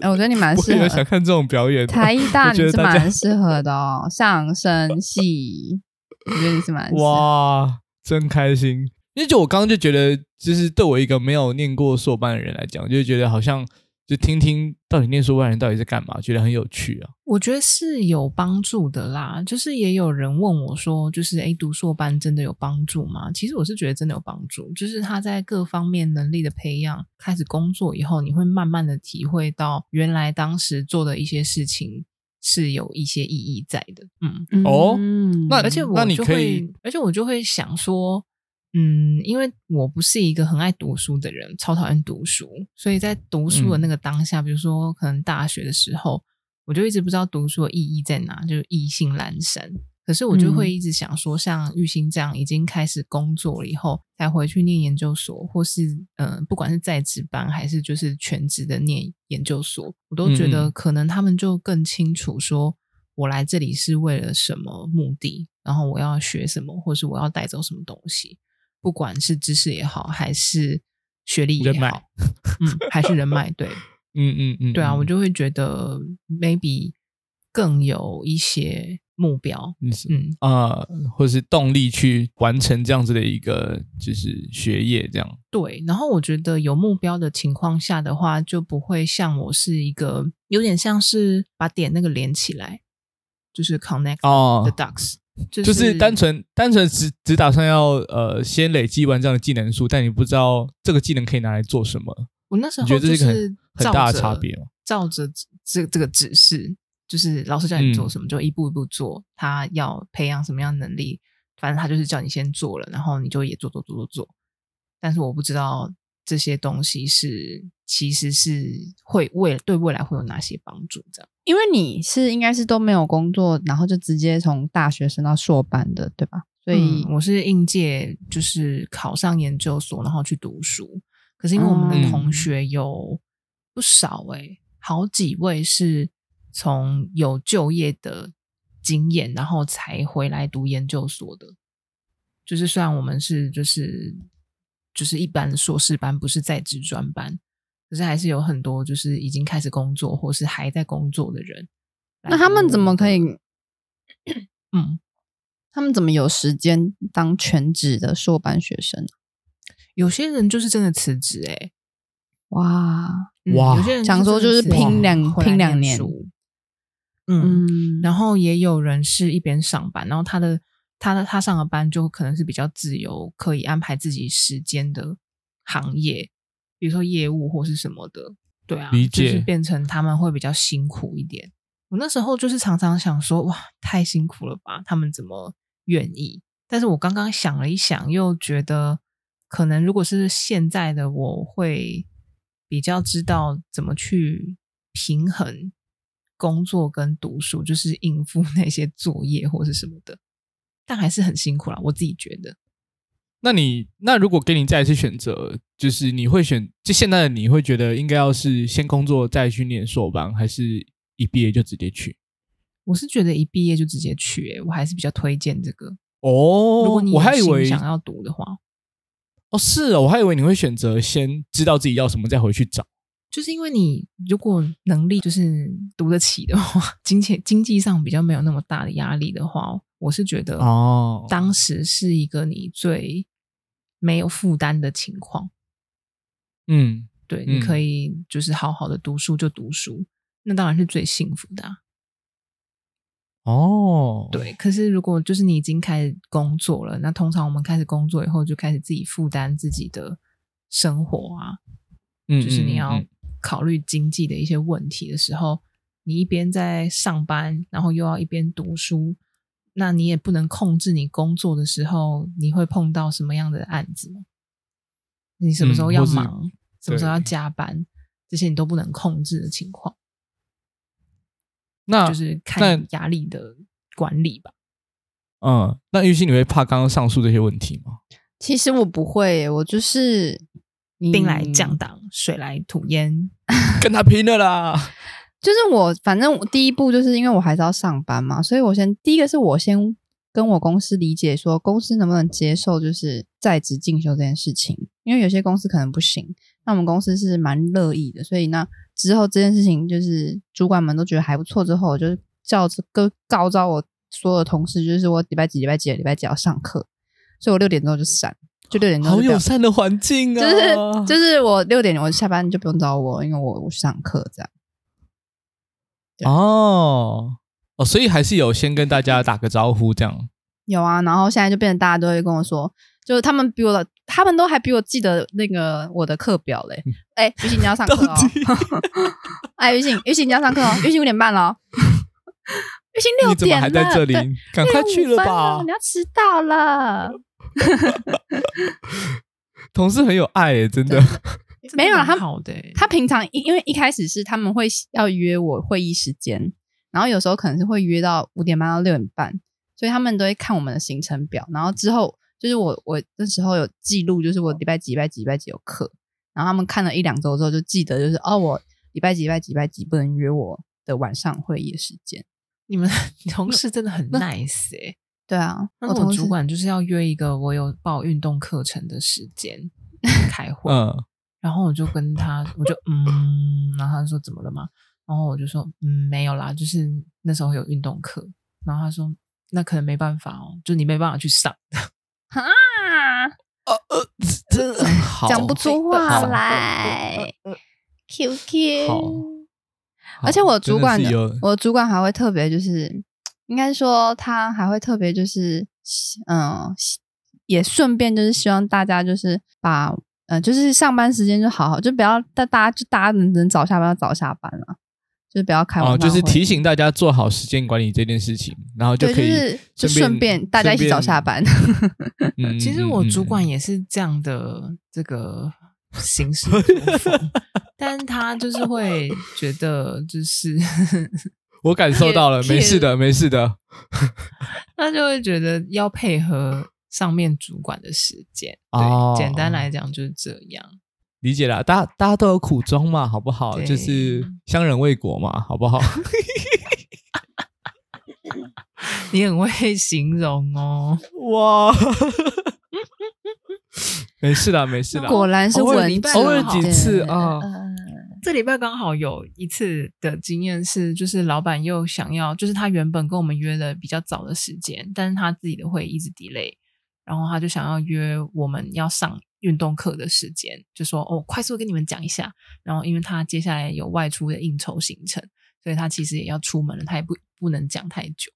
Speaker 3: 哎我觉得你蛮
Speaker 1: 我
Speaker 3: 适
Speaker 1: 也有
Speaker 3: 合
Speaker 1: 想看这种表演的，
Speaker 3: 台艺大，
Speaker 1: 我
Speaker 3: 你
Speaker 1: 觉得
Speaker 3: 是
Speaker 1: 大家
Speaker 3: 蛮适合的哦，相声系，我觉得你是蛮适合。
Speaker 1: 哇，真开心！因为就我刚刚就觉得，就是对我一个没有念过硕班的人来讲，就觉得好像就听听到底念硕班的人到底在干嘛，觉得很有趣啊。
Speaker 2: 我觉得是有帮助的啦，就是也有人问我说，就是诶，读硕班真的有帮助吗？其实我是觉得真的有帮助，就是他在各方面能力的培养，开始工作以后，你会慢慢的体会到原来当时做的一些事情是有一些意义在的。嗯，
Speaker 1: 哦
Speaker 3: 嗯
Speaker 1: 那
Speaker 2: 而且我
Speaker 1: 那你
Speaker 2: 就
Speaker 1: 可
Speaker 2: 会，
Speaker 1: 以
Speaker 2: 而且我就会想说，嗯，因为我不是一个很爱读书的人，超讨厌读书，所以在读书的
Speaker 1: 嗯
Speaker 2: 那个当下，比如说可能大学的时候，我就一直不知道读书的意义在哪，就是意兴阑珊。可是我就会
Speaker 3: 嗯
Speaker 2: 一直想说，像玉兴这样已经开始工作了以后，才回去念研究所，或是嗯、呃不管是在职班还是就是全职的念研究所，我都觉
Speaker 1: 嗯
Speaker 2: 得
Speaker 1: 嗯
Speaker 2: 可能他们就更清楚说，我来这里是为了什么目的，然后我要学什么，或是我要带走什么东西，不管是知识也好，还是学历也
Speaker 1: 人脉
Speaker 2: 好，嗯，还是人脉， 对，
Speaker 1: 嗯嗯嗯，
Speaker 2: 对啊，
Speaker 1: 嗯
Speaker 2: 我就会觉得 maybe 更有一些目标，
Speaker 1: 你是
Speaker 2: 嗯，
Speaker 1: 啊、或是动力去完成这样子的一个就是学业这样。
Speaker 2: 对。然后我觉得有目标的情况下的话，就不会像我是一个有点像是把点那个连起来，就是 connect
Speaker 1: 哦
Speaker 2: the dots，、就
Speaker 1: 就是单纯单纯只只打算要呃先累积完这样的技能数，但你不知道这个技能可以拿来做什么，
Speaker 2: 我那时候
Speaker 1: 你觉得这
Speaker 2: 就是
Speaker 1: 一个
Speaker 2: 是
Speaker 1: 很
Speaker 2: 照
Speaker 1: 大的
Speaker 2: 着
Speaker 1: 差别吗？
Speaker 2: 照着这这这个指示，就是老师叫你
Speaker 1: 嗯
Speaker 2: 做什么，就一步一步做。他要培养什么样的能力，反正他就是叫你先做了，然后你就也做做做做做。但是我不知道这些东西是其实是会未对未来会有哪些帮助，这样
Speaker 3: 因为你是应该是都没有工作，然后就直接从大学升到硕班的，对吧？所以
Speaker 2: 嗯，我是应届，就是考上研究所，然后去读书。可是因为我们的
Speaker 1: 嗯
Speaker 2: 同学有不少诶、好几位是从有就业的经验，然后才回来读研究所的。就是虽然我们是就是就是一般的硕士班，不是在职专班，可是还是有很多就是已经开始工作或是还在工作的人。
Speaker 3: 那他们怎么可以？？
Speaker 2: 嗯，
Speaker 3: 他们怎么有时间当全职的硕班学生？
Speaker 2: 有些人就是真的辞职哎、
Speaker 3: 哇，
Speaker 2: 嗯
Speaker 1: 哇
Speaker 2: 有些人
Speaker 3: 想说就是
Speaker 2: 真的辞职
Speaker 3: 拼两
Speaker 2: 回来
Speaker 3: 拼两
Speaker 2: 念
Speaker 3: 年
Speaker 2: 书，嗯，
Speaker 3: 嗯，
Speaker 2: 然后也有人是一边上班，然后他的他的他上了班就可能是比较自由，可以安排自己时间的行业，比如说业务或是什么的，对啊，
Speaker 1: 理
Speaker 2: 就是
Speaker 1: 解
Speaker 2: 变成他们会比较辛苦一点。我那时候就是常常想说，哇，太辛苦了吧，他们怎么愿意？但是我刚刚想了一想，又觉得可能如果是现在的我会比较知道怎么去平衡工作跟读书，就是应付 那些作业或是什么的，但还是很辛苦啦，我自己觉得。
Speaker 1: 那你那如果给你再一次选择，就是你会选就现在的你会觉得应该要是先工作再去念硕班，还是一毕业就直接去？
Speaker 2: 我是觉得一毕业就直接去、欸，我还是比较推荐这个。
Speaker 1: 哦，
Speaker 2: 如果你
Speaker 1: 我
Speaker 2: 有
Speaker 1: 还以
Speaker 2: 心
Speaker 1: 为
Speaker 2: 想要读的话，
Speaker 1: 哦是哦，我还以为你会选择先知道自己要什么再回去找。
Speaker 2: 就是因为你如果能力就是读得起的话，金钱经济上比较没有那么大的压力的话，我是觉得
Speaker 1: 哦
Speaker 2: 当时是一个你最没有负担的情况。
Speaker 1: 嗯，
Speaker 2: 对，
Speaker 1: 嗯
Speaker 2: 你可以就是好好的读书就读书，那当然是最幸福的啊、
Speaker 1: 哦，，
Speaker 2: 对，可是如果就是你已经开始工作了，那通常我们开始工作以后就开始自己负担自己的生活啊，
Speaker 1: 嗯
Speaker 2: 就是
Speaker 1: 嗯
Speaker 2: 你要
Speaker 1: 嗯
Speaker 2: 考虑经济的一些问题的时候，你一边在上班，然后又要一边读书，那你也不能控制你工作的时候你会碰到什么样的案子吗？你什么时候
Speaker 1: 嗯
Speaker 2: 要
Speaker 1: 或是
Speaker 2: 忙，什么时候要
Speaker 1: 对
Speaker 2: 加班，这些你都不能控制的情况，
Speaker 1: 那
Speaker 2: 就是
Speaker 1: 那
Speaker 2: 看压力的管理吧。
Speaker 1: 嗯，那玉鑫你会怕刚刚上述这些问题吗？
Speaker 3: 其实我不会耶，我就是
Speaker 2: 兵来
Speaker 1: 嗯
Speaker 2: 将挡，水来土掩。
Speaker 1: 跟他拼了 啦！
Speaker 3: 就是我，反正我第一步就是因为我还是要上班嘛，所以我先第一个是我先跟我公司理解说，公司能不能接受就是在职进修这件事情，因为有些公司可能不行，那我们公司是蛮乐意的，所以那之后这件事情就是主管们都觉得还不错，之后我就叫这个告知我所有的同事，就是我礼拜几、礼拜几、礼拜几要上课，所以我六点钟就闪，就六点钟
Speaker 1: 好
Speaker 3: 就不要
Speaker 1: 友善的环境啊！
Speaker 3: 就是就是我六点我下班就不用找我，因为我我上课这样。
Speaker 1: 哦哦，所以还是有先跟大家打个招呼这样。
Speaker 3: 有啊，然后现在就变成大家都会跟我说，就是他们比我的，他们都还比我记得那个我的课表嘞。哎、于信你要上课
Speaker 1: 嗯 到
Speaker 3: 哦。
Speaker 1: 底
Speaker 3: 哎，于 信，于信你要 上课哦。于信五点半了哦。 于信六
Speaker 1: 你怎么
Speaker 3: 点
Speaker 1: 还
Speaker 3: 了，
Speaker 1: 在这里
Speaker 3: 对？
Speaker 1: 赶快去
Speaker 3: 六
Speaker 1: 了
Speaker 3: 点五分
Speaker 1: 吧
Speaker 3: 了！你要迟到了。
Speaker 1: 同事很有爱耶，真的。
Speaker 3: 没有啦他
Speaker 2: 真的蛮好的欸、
Speaker 3: 他平常一因为一开始是他们会要约我会议时间，然后有时候可能是会约到五点半到六点半，所以他们都会看我们的行程表，然后之后就是我我那时候有记录，就是我礼拜几礼拜几礼拜几有课，然后他们看了一两周之后就记得就是哦我礼拜几礼拜几礼拜几不能约我的晚上会议的时间。
Speaker 2: 你们 同事真的很 nice 哎、
Speaker 3: 对啊，
Speaker 2: 那
Speaker 3: 我同
Speaker 2: 我
Speaker 3: 事
Speaker 2: 主管就是要约一个我有报运动课程的时 间开 会，
Speaker 1: 嗯，
Speaker 2: 然后我就跟他，我就嗯，然后他就说怎么了嘛？然后我就说嗯没有啦，就是那时候有运动课，然后他说那可能没办法哦，就你没办法去上，
Speaker 3: 啊
Speaker 1: 真的 好嗯
Speaker 3: 讲不出话
Speaker 1: 好
Speaker 3: 来，Q
Speaker 1: 好
Speaker 3: Q。而且我主管
Speaker 1: 真
Speaker 3: 的
Speaker 1: 的是有
Speaker 3: 我主管还会特别就是，应该说他还会特别就是，嗯，也顺便就是希望大家就是把，呃，就是上班时间就好好，就不要大大家就大家能能早下班就早下班了、就不要开晚
Speaker 1: 哦，
Speaker 3: 上会、
Speaker 1: 就是提醒大家做好时间管理这件事情，然后
Speaker 3: 对，
Speaker 1: 可
Speaker 3: 就
Speaker 1: 以
Speaker 3: 是就顺便大家一起早下。班。
Speaker 1: 顺便嗯
Speaker 2: 其实我主管
Speaker 1: 嗯嗯
Speaker 2: 也是这样的这个行 事作风，但他就是会觉得就是
Speaker 1: 我感受到了，
Speaker 3: 也
Speaker 1: 没事的，没事的。
Speaker 2: 他就会觉得要配合上面主管的时间。对，
Speaker 1: 哦
Speaker 2: 简单来讲就是这样。
Speaker 1: 理解啦，大家大家都有苦衷嘛，好不好？
Speaker 2: 对
Speaker 1: 就是相忍为国嘛，好不 好？
Speaker 2: 你很会形容哦，
Speaker 1: 哇， 没事啦，没事啦。
Speaker 3: 果然是
Speaker 1: 偶尔
Speaker 3: 文字嗯
Speaker 1: 偶尔几次啊
Speaker 3: 呃
Speaker 2: 这礼拜刚好有一次的经验是，就是老板又想要，就是他原本跟我们约了比较早的时间，但是他自己的会一直 delay，然后他就想要约我们要上运动课的时间，就说哦，快速地跟你们讲一下。然后因为他接下来有外出的应酬行程，所以他其实也要出门了，他也不不能讲太久。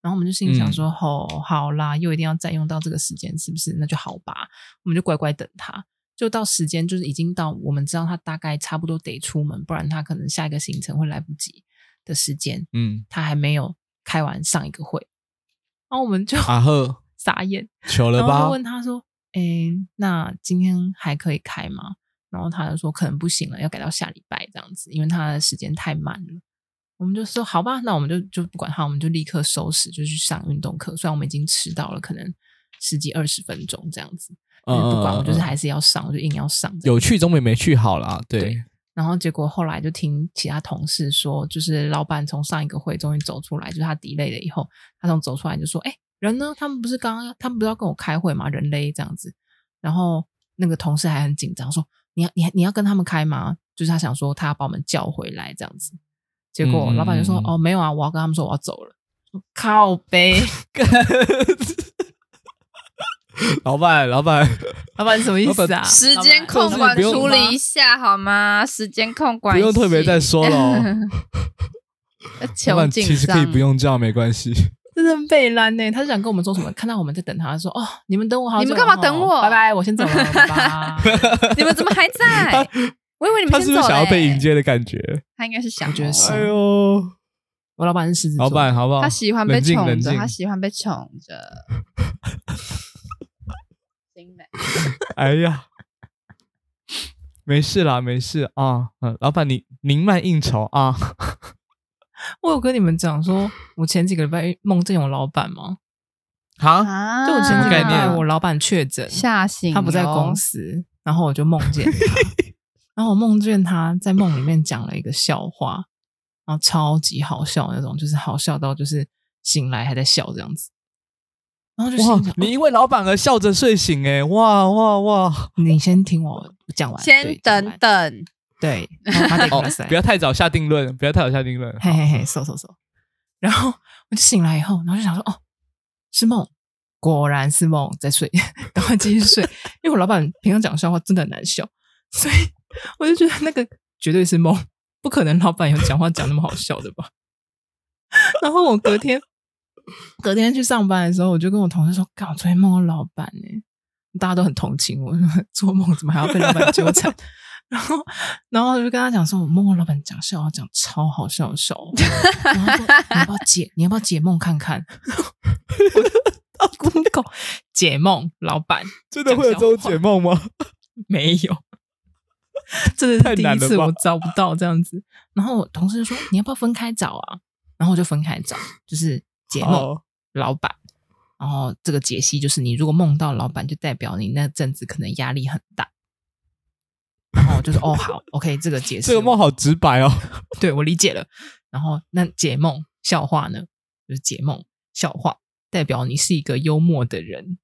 Speaker 2: 然后我们就心里想说，哦，好啦，又一定要占用到这个时间，是不是？那就好吧，我们就乖乖等他。就到时间就是已经到，我们知道他大概差不多得出门，不然他可能下一个行程会来不及的时间，
Speaker 1: 嗯，
Speaker 2: 他还没有开完上一个会，然后我们就
Speaker 1: 阿赫，
Speaker 2: 傻眼，
Speaker 1: 求啊了
Speaker 2: 然后
Speaker 1: 吧
Speaker 2: 就？问他说：“诶，那今天还可以开吗？”然后他就说：“可能不行了，要改到下礼拜这样子，因为他的时间太满了。”我们就说：“好吧，那我们就就不管他，我们就立刻收拾，就去上运动课。虽然我们已经迟到了，可能十几二十分钟这样子，但
Speaker 1: 嗯
Speaker 2: 是不管，
Speaker 1: 嗯
Speaker 2: 我就
Speaker 1: 嗯
Speaker 2: 是还是要上，我就硬要上。”
Speaker 1: 有去总比没去好啦。对
Speaker 2: 对，然后结果后来就听其他同事说，就是老板从上一个会终于走出来，就是他 delay 了以后，他从走出来就说：“哎、人呢？他们不是刚刚他们不是要跟我开会吗？人类这样子。”然后那个同事还很紧张说：“你要你你要跟他们开吗？”就是他想说他要把我们叫回来这样子。结果
Speaker 1: 嗯
Speaker 2: 老板就说：“
Speaker 1: 嗯嗯
Speaker 2: 哦，没有啊，我要跟他们说我要走了。”靠 背，
Speaker 1: 老板，老板，
Speaker 2: 老板什么意思
Speaker 1: 老
Speaker 2: 啊？
Speaker 1: 板
Speaker 3: 时间控
Speaker 1: 就是
Speaker 3: 管
Speaker 1: 不用
Speaker 3: 处理一下好吗？时间控管
Speaker 1: 不用特别再
Speaker 3: 系
Speaker 1: 说了 哦。老
Speaker 3: 求
Speaker 1: 板
Speaker 3: 紧
Speaker 1: 其实可以
Speaker 3: 张
Speaker 1: 不用这样，没关 系。
Speaker 2: 真的被拦呢、他就想跟我们说什么？看到我们在等他，说：“哦，你们等我好久哦，
Speaker 3: 你们干嘛等 我
Speaker 2: 拜拜，我先走了，拜拜。”
Speaker 3: 你们怎么还在？我以为你
Speaker 1: 他
Speaker 3: 们
Speaker 1: 是不
Speaker 3: 先走
Speaker 1: 是想要
Speaker 3: 嘞
Speaker 1: 被迎？接的感觉？
Speaker 3: 他应该是想，
Speaker 2: 我觉得是
Speaker 1: 哎呦，
Speaker 2: 我老板是狮子座，
Speaker 1: 老板好不好？
Speaker 3: 他喜欢被
Speaker 1: 冷静冷
Speaker 3: 宠着，
Speaker 1: 静
Speaker 3: 他喜欢被宠 着。行嘞
Speaker 1: 哎呀，没事啦，没事啊。嗯，老板你您慢应酬啊。
Speaker 2: 我有跟你们讲说，我前几个礼拜梦见我老板吗？
Speaker 1: 好，
Speaker 3: 啊
Speaker 2: 就我前几
Speaker 1: 什么
Speaker 2: 个
Speaker 1: 概
Speaker 2: 礼
Speaker 1: 念
Speaker 2: 拜我老板确诊，
Speaker 3: 吓醒哦
Speaker 2: 他不在公
Speaker 3: 司，
Speaker 2: 司，然后我就梦 见他，然后我梦见他在梦里面讲了一个笑话，然后超级好笑那种，就是好笑到就是醒来还在笑这样子，然后就
Speaker 1: 哇
Speaker 2: 心想，
Speaker 1: 你因为老板而笑着睡醒哎、哇哇哇！
Speaker 2: 你先听我讲完，
Speaker 3: 先
Speaker 2: 对讲
Speaker 3: 等
Speaker 2: 完
Speaker 3: 等，
Speaker 2: 对，然后他得
Speaker 1: 哦
Speaker 2: 哇塞，
Speaker 1: 不要太早下定论，不要太早下定论。
Speaker 2: 嘿嘿嘿，搜搜搜。然后我就醒来以后，然后就想说，哦，是梦，果然是梦，在睡，赶快继续睡。因为我老板平常讲笑话真的很难笑，所以我就觉得那个绝对是梦，不可能老板有讲话讲那么好笑的吧。然后我隔天，隔天去上班的时候，我就跟我同事说，干，我昨天梦到老板呢、大家都很同情我， 说做梦怎么还要被老板纠缠？ 然后，然后我就跟他讲说，我梦到老板讲笑话，讲超好笑的笑话。然后他说你要不要解？你要不要解梦看看？ 我就 Google 解梦老板
Speaker 1: 真
Speaker 2: 的会有这种解
Speaker 1: 梦吗？
Speaker 2: 没有，真的
Speaker 1: 太
Speaker 2: 是第
Speaker 1: 难
Speaker 2: 一
Speaker 1: 了
Speaker 2: 次
Speaker 1: 吧
Speaker 2: 我找不到这样子。然后我同事就说你要不要分开找啊？然后我就分开找，就是解梦
Speaker 1: 哦
Speaker 2: 老板。然后这个解析就是，你如果梦到老板，就代表你那阵子可能压力很大。然后我就说哦好，OK，这个 解释
Speaker 1: 这个梦好直白哦。
Speaker 2: 对我理解了。然后那解梦笑话呢，就是解梦笑话，代表你是一个幽默的人。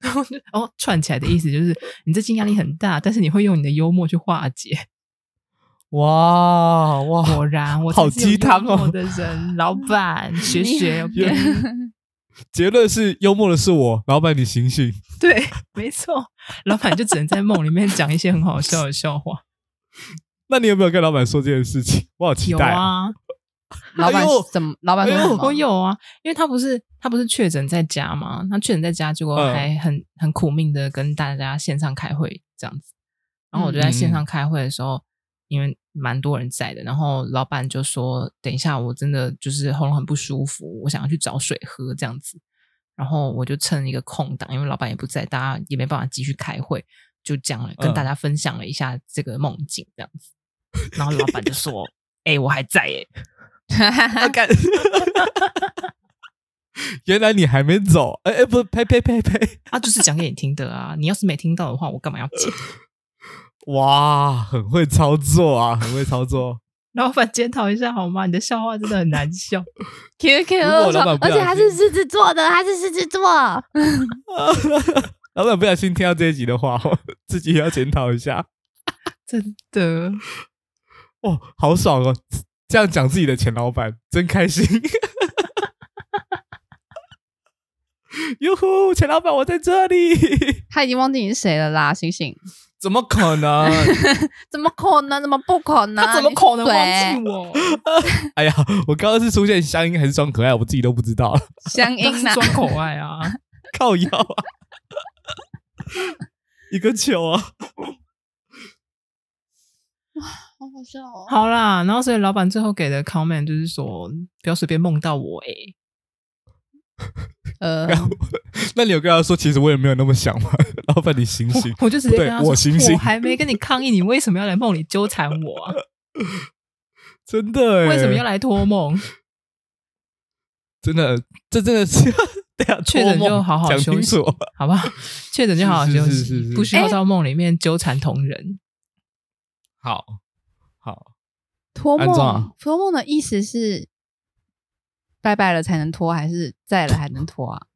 Speaker 2: 然后就哦，串起来的意思就是你最近压力很大，但是你会用你的幽默去化解。
Speaker 1: 哇
Speaker 2: 果
Speaker 1: 哇，
Speaker 2: 然，我
Speaker 1: 哦好
Speaker 2: 才是有
Speaker 1: 鸡汤哦
Speaker 2: 幽默的人， 老板学学
Speaker 3: 你
Speaker 2: ，OK
Speaker 1: 结论是幽默的是我，老板你醒醒。
Speaker 2: 对，没错，老板就只能在梦里面讲一些很好笑的笑话。
Speaker 1: 那你有没有跟老板说这件事情？我好期
Speaker 2: 有
Speaker 1: 待、哦
Speaker 2: 啊，
Speaker 3: 老板
Speaker 1: 哎呦
Speaker 3: 怎么？老板说
Speaker 1: 哎
Speaker 3: 什
Speaker 1: 呦
Speaker 3: 么
Speaker 2: 我？有啊，因为他不是他不是确诊在家嘛，他确诊在家，结果
Speaker 1: 嗯
Speaker 2: 还很、很苦命的跟大家线上开会这样子。然后我就
Speaker 1: 嗯
Speaker 2: 在线上开会的时候，因为蛮多人在的，然后老板就说：“等一下，我真的就是喉咙很不舒服，我想要去找水喝这样子。”然后我就趁一个空档，因为老板也不在，大家也没办法继续开会，就讲了跟
Speaker 1: 嗯
Speaker 2: 大家分享了一下这个梦境这样子。然后老板 就说：“哎、我还在耶、
Speaker 3: 啊
Speaker 1: 干 原来你还没走，哎、哎，不，呸呸呸呸！
Speaker 2: 啊，就是讲给你听的啊。你要是没听到的话，我干嘛要讲？
Speaker 1: 哇，很会操作啊，很会操作。
Speaker 2: 老板检讨一下好吗？你的笑话真的很难笑。
Speaker 3: Q Q，
Speaker 1: 如果老板不
Speaker 3: 而且
Speaker 1: 小
Speaker 3: 他
Speaker 1: 心
Speaker 3: 是狮子座的，他是狮子座。
Speaker 1: 老板不小心听到这一集的话， 自己也要检讨一下。
Speaker 2: 真的，
Speaker 1: 哇，好爽哦！这样讲自己的前老板，真开心。 哟呼，前老板，我在这里。
Speaker 3: 他已经忘记你是谁了啦，醒醒！
Speaker 1: 怎么可能？
Speaker 3: 怎么可能？怎么不可能？
Speaker 2: 他怎么可能
Speaker 3: 你
Speaker 2: 忘记 我？
Speaker 1: 哎呀，我刚刚是出现乡音还是装可爱，我自己都不知道。
Speaker 3: 是谁？乡
Speaker 2: 当时
Speaker 3: 音呢？
Speaker 2: 装可爱啊！
Speaker 1: 靠腰啊，一个球啊！
Speaker 3: 好好笑哦！
Speaker 2: 好啦，然后所以老板最后给的 comment 就是说，不要随便梦到我哎、
Speaker 3: 呃，
Speaker 1: 那你有跟他说，其实我也没有那么想吗？ 老板，你醒醒！
Speaker 2: 我我就直接跟他
Speaker 1: 对
Speaker 2: 说，
Speaker 1: 我醒醒
Speaker 2: 我还没跟你抗议，你为什么要来梦里纠缠 我啊？
Speaker 1: 真的哎，
Speaker 2: 为什么要来托梦？
Speaker 1: 真的，这真的是 对啊，
Speaker 2: 确诊就好好
Speaker 1: 讲
Speaker 2: 休
Speaker 1: 清
Speaker 2: 息
Speaker 1: 楚。，
Speaker 2: 好不好？确诊就好好
Speaker 1: 是
Speaker 2: 休
Speaker 1: 是是是
Speaker 2: 息
Speaker 1: 是，
Speaker 2: 不
Speaker 3: 哎
Speaker 2: 需要到梦里面纠缠同人。
Speaker 1: 好好，
Speaker 3: 托
Speaker 1: 安装啊
Speaker 3: 梦，托梦的意思是拜拜了才能拖，还是在了还能拖啊？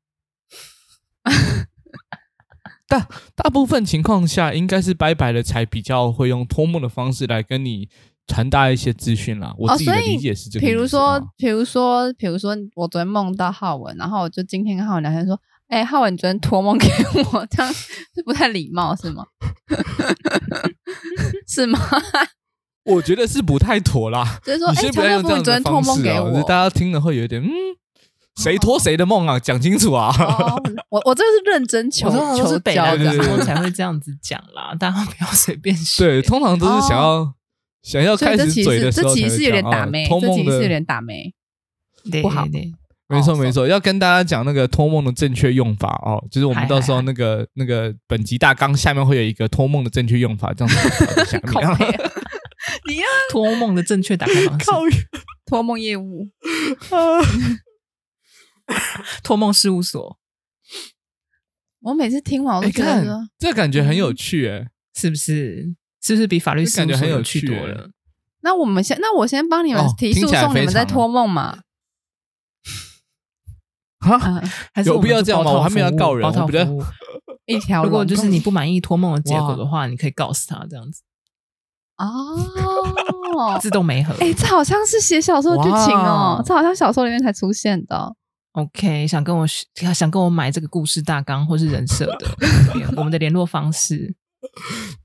Speaker 1: 大部分情况下应该是拜拜了才比较会用托梦的方式来跟你传达一些资讯啦。我
Speaker 3: 哦
Speaker 1: 自己的
Speaker 3: 所以
Speaker 1: 理解是这个
Speaker 3: 比
Speaker 1: 意思啊、
Speaker 3: 如说，比如说，比如说，我昨天梦到浩文，然后我就今天跟浩文聊天说：“哎、浩文，你昨天托梦给我，这样是不太礼貌是吗？ 是吗？
Speaker 1: 我觉得是不太妥啦。
Speaker 3: 就是说，
Speaker 1: 你
Speaker 3: 哎、
Speaker 1: 先不
Speaker 3: 乔
Speaker 1: 要
Speaker 3: 教
Speaker 1: 用
Speaker 3: 父，
Speaker 1: 这样的
Speaker 3: 你昨天托
Speaker 1: 方
Speaker 3: 梦
Speaker 1: 式
Speaker 3: 给
Speaker 1: 哦，
Speaker 3: 我
Speaker 1: 就是，大家听了会有一点嗯，谁托谁的梦啊？讲清楚啊！
Speaker 3: 哦我我这个是认真求
Speaker 2: 我说我
Speaker 3: 求
Speaker 2: 是北
Speaker 3: 教
Speaker 2: 南
Speaker 1: 对
Speaker 3: 的啊
Speaker 1: 对对
Speaker 2: 生活才会这样子讲啦，大家不要随便学。
Speaker 1: 对，通常都是想要、想要
Speaker 3: 哦所
Speaker 1: 开
Speaker 3: 以这
Speaker 1: 始
Speaker 3: 其
Speaker 1: 嘴
Speaker 3: 实
Speaker 1: 的时
Speaker 3: 这
Speaker 1: 候才
Speaker 3: 其实
Speaker 1: 会
Speaker 3: 是有点
Speaker 1: 讲
Speaker 3: 打
Speaker 1: 啊
Speaker 3: 妹，
Speaker 1: 托
Speaker 3: 这其
Speaker 1: 梦
Speaker 3: 实
Speaker 1: 的
Speaker 3: 是有点打妹。
Speaker 2: 对
Speaker 3: 不好
Speaker 2: 对对
Speaker 1: 没错
Speaker 3: 哦
Speaker 1: 没错，要跟大家讲那个托梦的正确用法哦，就是我们
Speaker 2: 嗨
Speaker 1: 到时候
Speaker 2: 嗨
Speaker 1: 那个那个本集大纲下面会有一个托梦的正确用法，这样子我就 想
Speaker 3: 靠
Speaker 1: 你
Speaker 3: 背
Speaker 1: 啊
Speaker 3: 啊你要
Speaker 2: 托梦的正确打开方 式，
Speaker 3: 托梦业务，
Speaker 2: 托梦事务所
Speaker 3: 我每次听完我
Speaker 1: 哎
Speaker 3: 都觉得
Speaker 1: 看
Speaker 3: 说，
Speaker 1: 这个感觉很有
Speaker 3: 嗯
Speaker 1: 趣哎、
Speaker 2: 是不是？是不是比法律事
Speaker 1: 这
Speaker 2: 务
Speaker 1: 感觉
Speaker 2: 所
Speaker 1: 很有
Speaker 2: 趣
Speaker 1: 趣
Speaker 2: 多
Speaker 1: 欸
Speaker 2: 了？
Speaker 3: 那我们先，那我先帮你们
Speaker 1: 哦
Speaker 3: 提
Speaker 1: 听
Speaker 3: 诉
Speaker 1: 起来
Speaker 3: 讼，你
Speaker 1: 非
Speaker 3: 们再
Speaker 1: 常
Speaker 3: 托 梦嘛。
Speaker 1: 哈，
Speaker 3: 啊，
Speaker 2: 还是
Speaker 1: 有
Speaker 2: 我们
Speaker 1: 必要
Speaker 2: 是
Speaker 1: 这样吗
Speaker 2: 包套
Speaker 1: 我还没有要
Speaker 2: 服务
Speaker 1: 告人
Speaker 2: 包套
Speaker 1: 我比较
Speaker 2: 服务
Speaker 3: 一条龙。
Speaker 2: 如果就是你不满意托梦的结果
Speaker 1: 哇
Speaker 2: 的话，你可以告诉他这样子，
Speaker 3: 哦，
Speaker 2: 自动没合。
Speaker 3: 哎，这好像是写小说的剧情哦
Speaker 1: 哇，
Speaker 3: 这好像小说里面才出现的哦。
Speaker 2: OK，想跟我学想跟我买这个故事大纲或是人设 的，我们的联络方式。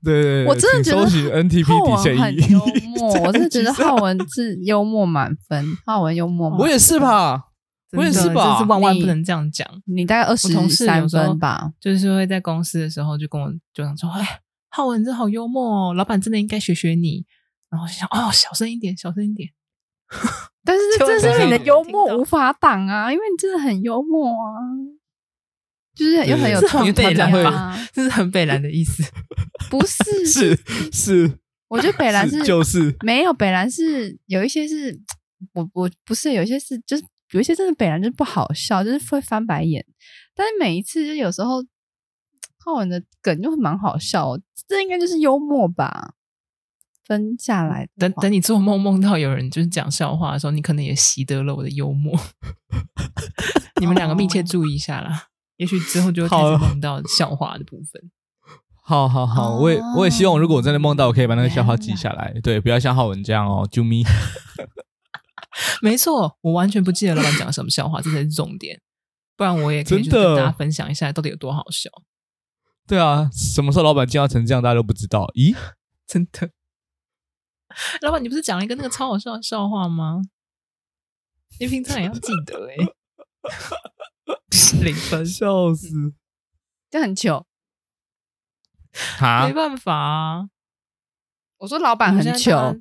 Speaker 1: 对对对，
Speaker 3: 我真的
Speaker 1: 请
Speaker 3: 觉得
Speaker 1: 搜寻
Speaker 3: 浩
Speaker 1: NTP 底
Speaker 3: 文
Speaker 1: 线
Speaker 3: 很
Speaker 1: 一
Speaker 3: 幽， 默，我真的觉得浩文是幽默满分，浩文幽默。
Speaker 1: 我也是吧，我也
Speaker 2: 真
Speaker 1: 是
Speaker 2: 的
Speaker 1: 吧
Speaker 2: 真是万万不
Speaker 3: 你
Speaker 2: 能这样讲。
Speaker 3: 你大概二
Speaker 2: 我
Speaker 3: 十
Speaker 2: 同事有
Speaker 3: 三
Speaker 2: 时候
Speaker 3: 分吧，
Speaker 2: 就是会在公司的时候就跟我就想说，哎，浩文你真好幽默哦，老板真的应该学学你。然后我就想，哦，小声一点，小声一点。
Speaker 3: 但是这
Speaker 2: 就
Speaker 3: 这是因为你的
Speaker 2: 是
Speaker 3: 幽
Speaker 2: 听
Speaker 3: 默
Speaker 2: 到
Speaker 3: 无法挡啊，因为你真的很幽默啊，就是又很有
Speaker 1: 对
Speaker 3: 创
Speaker 1: 因为
Speaker 3: 意
Speaker 1: 大家
Speaker 3: 啊。
Speaker 2: 这是很北蓝的意思。
Speaker 3: 不是，
Speaker 1: 是 是，
Speaker 3: 我觉得北兰是
Speaker 1: 就是
Speaker 3: 没有北兰是有一些是，我我不是有一些是就是有一些真的北兰就是不好笑，就是会翻白眼。但是每一次就有时候浩文的梗就会蛮好笑、哦，这应该就是幽默吧。分下来的
Speaker 2: 等
Speaker 3: 话
Speaker 2: 等，你做梦梦到有人就是讲笑话的时候，你可能也习得了我的幽默。 你们两个密切注意一下啦，也许之后就会开
Speaker 1: 哦好
Speaker 2: 始梦到笑话的部分。
Speaker 1: 好好好，我也我也希望，如果我真的梦到，我可以把那个笑话
Speaker 3: 哦
Speaker 1: 记下来。对，不要像浩文这样哦，啾咪。
Speaker 2: 没错，我完全不记得老板讲什么笑话，这才是重点。不然我也可以就是
Speaker 1: 真的
Speaker 2: 跟大家分享一下到底有多好笑，
Speaker 1: 对啊，什么时候老板进化成这样，大家都不知道。咦，
Speaker 2: 真的。 老板，你不是讲了一个那个超好笑的笑话吗？你平常也要记得 哎、零分，嗯
Speaker 1: 笑死！
Speaker 3: 就很糗。
Speaker 1: 哈
Speaker 2: 没，办法啊。
Speaker 3: 我说老
Speaker 2: 我
Speaker 3: 板
Speaker 2: 们
Speaker 3: 很
Speaker 2: 现在
Speaker 3: 糗
Speaker 2: 大家。